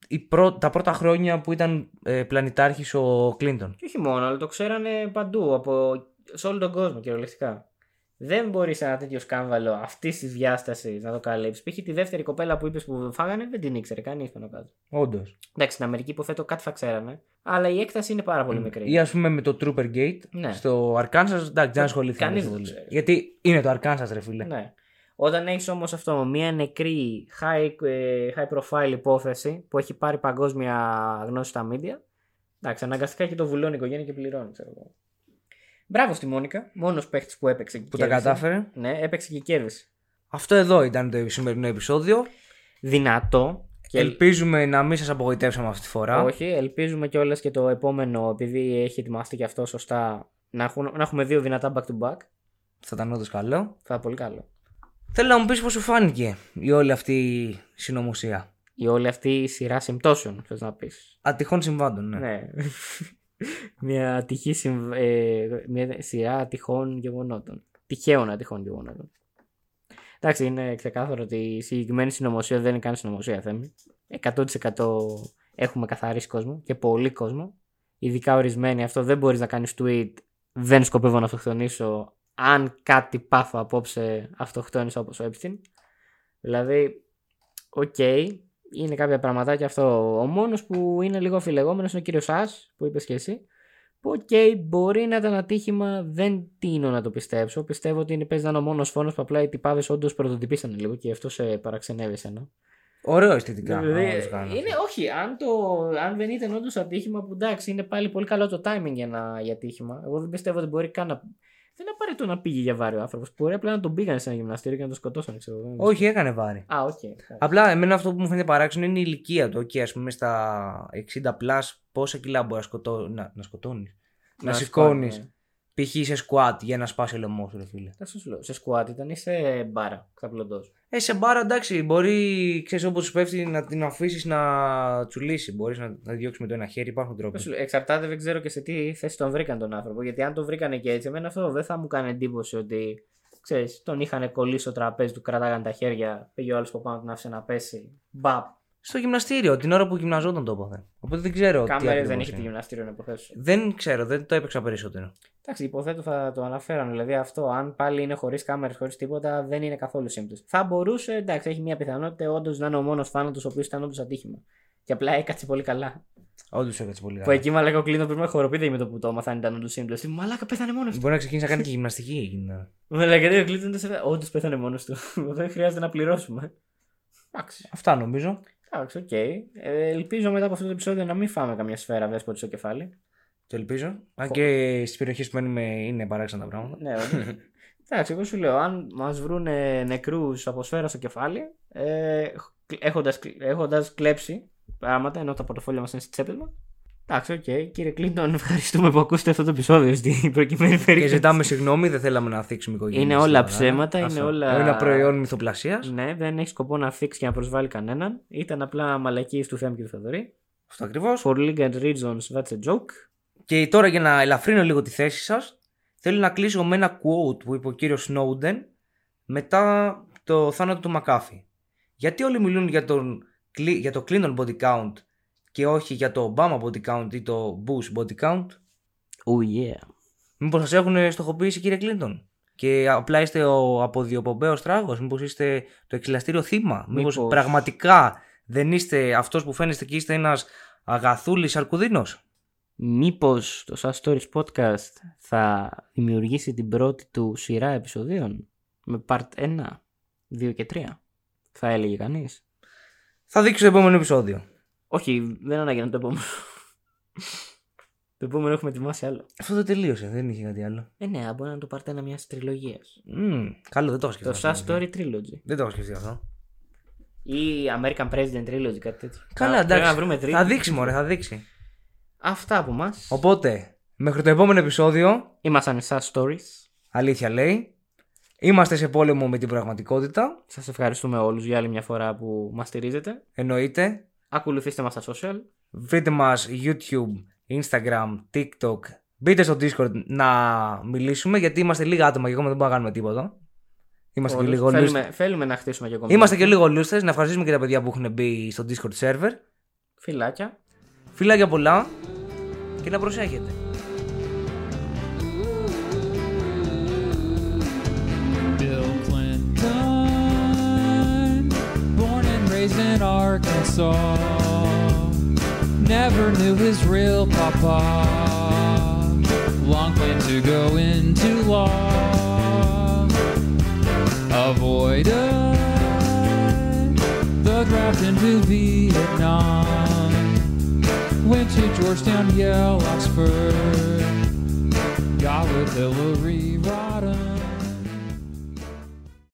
Speaker 3: η πρω- τα πρώτα χρόνια που ήταν ε, πλανητάρχης ο Κλίντον.
Speaker 2: Και όχι μόνο, αλλά το ξέρανε παντού, από... σε όλο τον κόσμο κυριολεκτικά. Δεν μπορείς ένα τέτοιο σκάνδαλο αυτής της διάστασης να το καλύψεις. Π.χ. τη δεύτερη κοπέλα που είπες που φάγανε δεν την ήξερε κανείς πάνω κάτω.
Speaker 3: Όντως.
Speaker 2: Εντάξει, στην Αμερική υποθέτω κάτι θα ξέρανε, αλλά η έκταση είναι πάρα πολύ μικρή.
Speaker 3: Ή ας πούμε με το Trooper Gate
Speaker 2: Ναι.
Speaker 3: στο Arkansas, εντάξει, δεν ασχολήθηκα.
Speaker 2: Κανείς δεν το ξέρει.
Speaker 3: Γιατί είναι το Arkansas, ρε φίλε.
Speaker 2: Ναι. Όταν έχεις όμως αυτό, μια νεκρή high, ε, high profile υπόθεση που έχει πάρει παγκόσμια γνώση στα media, εντάξει, αναγκαστικά και το βουλώνει η οικογένεια και πληρώνει, ξέρω εγώ. Μπράβο στη Μόνικα, μόνος παίχτης που έπαιξε και
Speaker 3: Που τα
Speaker 2: κέρδισε.
Speaker 3: κατάφερε.
Speaker 2: Ναι, έπαιξε και κέρδισε.
Speaker 3: Αυτό εδώ ήταν το σημερινό επεισόδιο.
Speaker 2: Δυνατό. Και
Speaker 3: Ελπίζουμε να μην σας απογοητεύσαμε αυτή τη φορά.
Speaker 2: Όχι, ελπίζουμε κιόλας και το επόμενο, επειδή έχει ετοιμαστεί και αυτό σωστά, να, έχουν, να έχουμε δύο δυνατά back to back.
Speaker 3: Θα ήταν όντως καλό.
Speaker 2: Θα ήταν πολύ καλό.
Speaker 3: Θέλω να μου πεις πώς σου φάνηκε η όλη αυτή η συνωμοσία.
Speaker 2: Η όλη αυτή η σειρά συμπτώσεων, θες να πεις.
Speaker 3: Ατυχών συμβάντων, ναι.
Speaker 2: Ναι. μια, ατυχή συμ- ε, μια σειρά ατυχών γεγονότων. Τυχαίων ατυχών γεγονότων. Εντάξει, είναι ξεκάθαρο ότι η συγκεκριμένη συνωμοσία δεν είναι καν συνωμοσία, Θέμη. 100% έχουμε καθαρίσει κόσμο και πολύ κόσμο. Ειδικά ορισμένοι, αυτό δεν μπορείς να κάνεις tweet, δεν σκοπεύω να αυτοκτονήσω, αν κάτι πάθω απόψε αυτοκτόνησα όπως ο Epstein. Δηλαδή, οκ, είναι κάποια πραγματάκια αυτό. Ο μόνος που είναι λίγο αφιλεγόμενος είναι ο κύριος Ας, που είπες και εσύ, που οκ, μπορεί να ήταν ατύχημα, δεν τίνω να το πιστέψω. Πιστεύω ότι είναι παίζει να είναι ο μόνος φόνος που απλά οι τυπάδες όντως πρωτοτυπήσανε λίγο και αυτό σε παραξενεύει εσένα.
Speaker 3: Ωραίο αισθητικά.
Speaker 2: Δηλαδή,
Speaker 3: να το κάνω.
Speaker 2: είναι, όχι, αν, το, αν δεν ήταν όντως ατύχημα που εντάξει, είναι πάλι πολύ καλό το timing για, να, για ατύχημα. Εγώ δεν πιστεύω ότι μπορεί καν να. Δεν είναι απαραίτητο να πήγε για βάρη ο άνθρωπος. Μπορεί απλά να τον πήγαν σε ένα γυμναστήριο και να τον σκοτώσαν, ξέρω εγώ.
Speaker 3: Όχι, έκανε βάρη.
Speaker 2: Α, οκ.
Speaker 3: Απλά εμένα αυτό που μου φαίνεται παράξενο είναι η ηλικία του. Και ας πούμε στα 60 πλάς πόσα κιλά μπορεί να, σκοτώ... να, να σκοτώνεις. Να, σηκώνει.
Speaker 2: ναι.
Speaker 3: Π.χ. σε σκουάτ για να σπάσει ο λαιμό σου, ρε φίλε.
Speaker 2: Θα σου λέω. Σε σκουάτ ήταν ή σε μπάρα, ξαπλωτός.
Speaker 3: Ε, σε μπάρα εντάξει, μπορεί, ξέρεις όπως σου πέφτει, να την αφήσεις να τσουλήσει. Μπορείς να, να διώξεις με το ένα χέρι, υπάρχουν τρόποι.
Speaker 2: Εξαρτάται, δεν ξέρω και σε τι θέση τον βρήκαν τον άνθρωπο. Γιατί αν τον βρήκανε και έτσι, εμένα αυτό δεν θα μου κάνει εντύπωση ότι ξέρεις, τον είχαν κολλήσει στο τραπέζι, του κράταγαν τα χέρια, πήγε ο άλλος από πάνω, τον άφησε να πέσει. Μπαπ,
Speaker 3: Στο γυμναστήριο, την ώρα που γυμναζόταν το έπαθε. Οπότε δεν ξέρω. τι
Speaker 2: Κάμερε δεν
Speaker 3: ακριβώς
Speaker 2: έχει τη
Speaker 3: είναι.
Speaker 2: γυμναστήριο να υποθέσω.
Speaker 3: Δεν ξέρω, δεν το έπαιξα περισσότερο.
Speaker 2: Εντάξει, υποθέτω θα το αναφέραν. Δηλαδή αυτό, αν πάλι είναι χωρίς κάμερες, χωρίς τίποτα, δεν είναι καθόλου σύμπτωση. Θα μπορούσε, εντάξει, έχει μια πιθανότητα όντως να είναι ο μόνος θάνατος ο οποίος ήταν όντως ατύχημα. Και απλά έκατσε πολύ καλά.
Speaker 3: Όντως έκατσε πολύ
Speaker 2: Που
Speaker 3: καλά.
Speaker 2: εκεί μαλάκα ο Κλίνος πριν με χοροπίδε με το που το έμαθα αν ήταν όντως σύμπτωση. Μαλάκα πέθανε μόνος του.
Speaker 3: Μπορεί να ξεκίνησε να κάνει και γυμναστική εκείνη την ώρα.
Speaker 2: Μαλάκα γιατί ο Κλίνος δεν σε Όντως πέθανε μόνος του. <laughs> δεν χρειάζεται να πληρώσουμε. Εντάξει.
Speaker 3: Αυτά νομίζω.
Speaker 2: Εντάξει, οκ. Ε, ελπίζω μετά από αυτό το επεισόδιο να μην φάμε καμιά σφαίρα δέσποτη στο κεφάλι.
Speaker 3: Το ελπίζω. Αν και στις περιοχές που μένουμε είναι παράξενα τα πράγματα.
Speaker 2: Ναι, όντως. Εντάξει, εγώ σου λέω, αν μας βρούνε νεκρούς από σφαίρα στο κεφάλι, ε, έχοντας, έχοντας κλέψει πράγματα, ενώ τα πορτοφόλια μας είναι στι τσέπε μα. Εντάξει, οκ. Κύριε Κλίντον, <laughs> ευχαριστούμε που ακούσατε αυτό το επεισόδιο στην προκειμένη
Speaker 3: Και
Speaker 2: περίπτωση.
Speaker 3: ζητάμε συγγνώμη, δεν θέλαμε να θίξουμε οικογένεια.
Speaker 2: Είναι όλα ψέματα, είναι όλα-
Speaker 3: Ένα προϊόν μυθοπλασίας.
Speaker 2: Ναι, δεν έχει σκοπό να θίξει και να προσβάλλει κανέναν. Ήταν απλά μαλακή του Θέμη και του Θεοδωρή.
Speaker 3: Αυτό ακριβώς.
Speaker 2: For legal reasons, that's a joke.
Speaker 3: Και τώρα για να ελαφρύνω λίγο τη θέση σας, θέλω να κλείσω με ένα quote που είπε ο κύριος Σνόουντεν μετά το θάνατο του Μακάφη. Γιατί όλοι μιλούν για, τον, Κλι- για το Clinton body count και όχι για το Obama body count ή το Bush body count.
Speaker 2: Oh yeah.
Speaker 3: Μήπως σας έχουν στοχοποιήσει κύριε Κλίντον και απλά είστε ο αποδιοπομπαίος τράγος, μήπως είστε το εξυλαστήριο θύμα, μήπως,
Speaker 2: Μήπως.
Speaker 3: πραγματικά δεν είστε αυτός που φαίνεστε και είστε ένας αγαθούλης αρκουδίνος.
Speaker 2: Μήπως το Sad Stories Podcast θα δημιουργήσει την πρώτη του σειρά επεισοδίων με part 1, 2 και 3. Θα έλεγε κανείς.
Speaker 3: Θα δείξω το επόμενο επεισόδιο.
Speaker 2: Όχι, δεν ανάγεται το επόμενο. <laughs> το επόμενο έχουμε ετοιμάσει άλλο.
Speaker 3: Αυτό δεν τελείωσε, δεν είχε κάτι άλλο.
Speaker 2: Ε, ναι, μπορεί να είναι το part 1 μιας τριλογίας.
Speaker 3: Μμμ, καλό, δεν το έχω σκεφτεί.
Speaker 2: Το Sad Story Trilogy.
Speaker 3: Δεν το έχω σκεφτεί αυτό.
Speaker 2: Ή American President Trilogy, κάτι τέτοιο.
Speaker 3: Καλά,
Speaker 2: Να-
Speaker 3: εντάξει.
Speaker 2: πρέπει Να βρούμε τρίτη.
Speaker 3: Θα δείξει, μωρέ, θα δείξει.
Speaker 2: Αυτά από εμά.
Speaker 3: Οπότε, μέχρι το επόμενο επεισόδιο,
Speaker 2: Ήμασταν στα stories.
Speaker 3: αλήθεια λέει, είμαστε σε πόλεμο με την πραγματικότητα,
Speaker 2: Σας ευχαριστούμε όλους για άλλη μια φορά που μας στηρίζετε.
Speaker 3: εννοείται.
Speaker 2: Ακολουθήστε μας στα social.
Speaker 3: Βρείτε μας YouTube, Instagram, TikTok. Μπείτε στο Discord να μιλήσουμε γιατί είμαστε λίγα άτομα και ακόμα δεν μπορούμε να κάνουμε τίποτα. Είμαστε και
Speaker 2: Όλους.
Speaker 3: λίγο λούστες.
Speaker 2: θέλουμε, θέλουμε να χτίσουμε και ακόμα.
Speaker 3: Είμαστε και λίγο λούστες. Να ευχαριστήσουμε και τα παιδιά που έχουν μπει στο Discord server.
Speaker 2: Φιλάκια.
Speaker 3: Φιλάκια πολλά και να προσέχετε.
Speaker 1: Bill Clinton, born and raised in Arkansas, never knew his real papa. Long planned to go into law, avoided the draft into Vietnam. Went to Georgetown, Yale, Oxford, got with Hillary Rodham.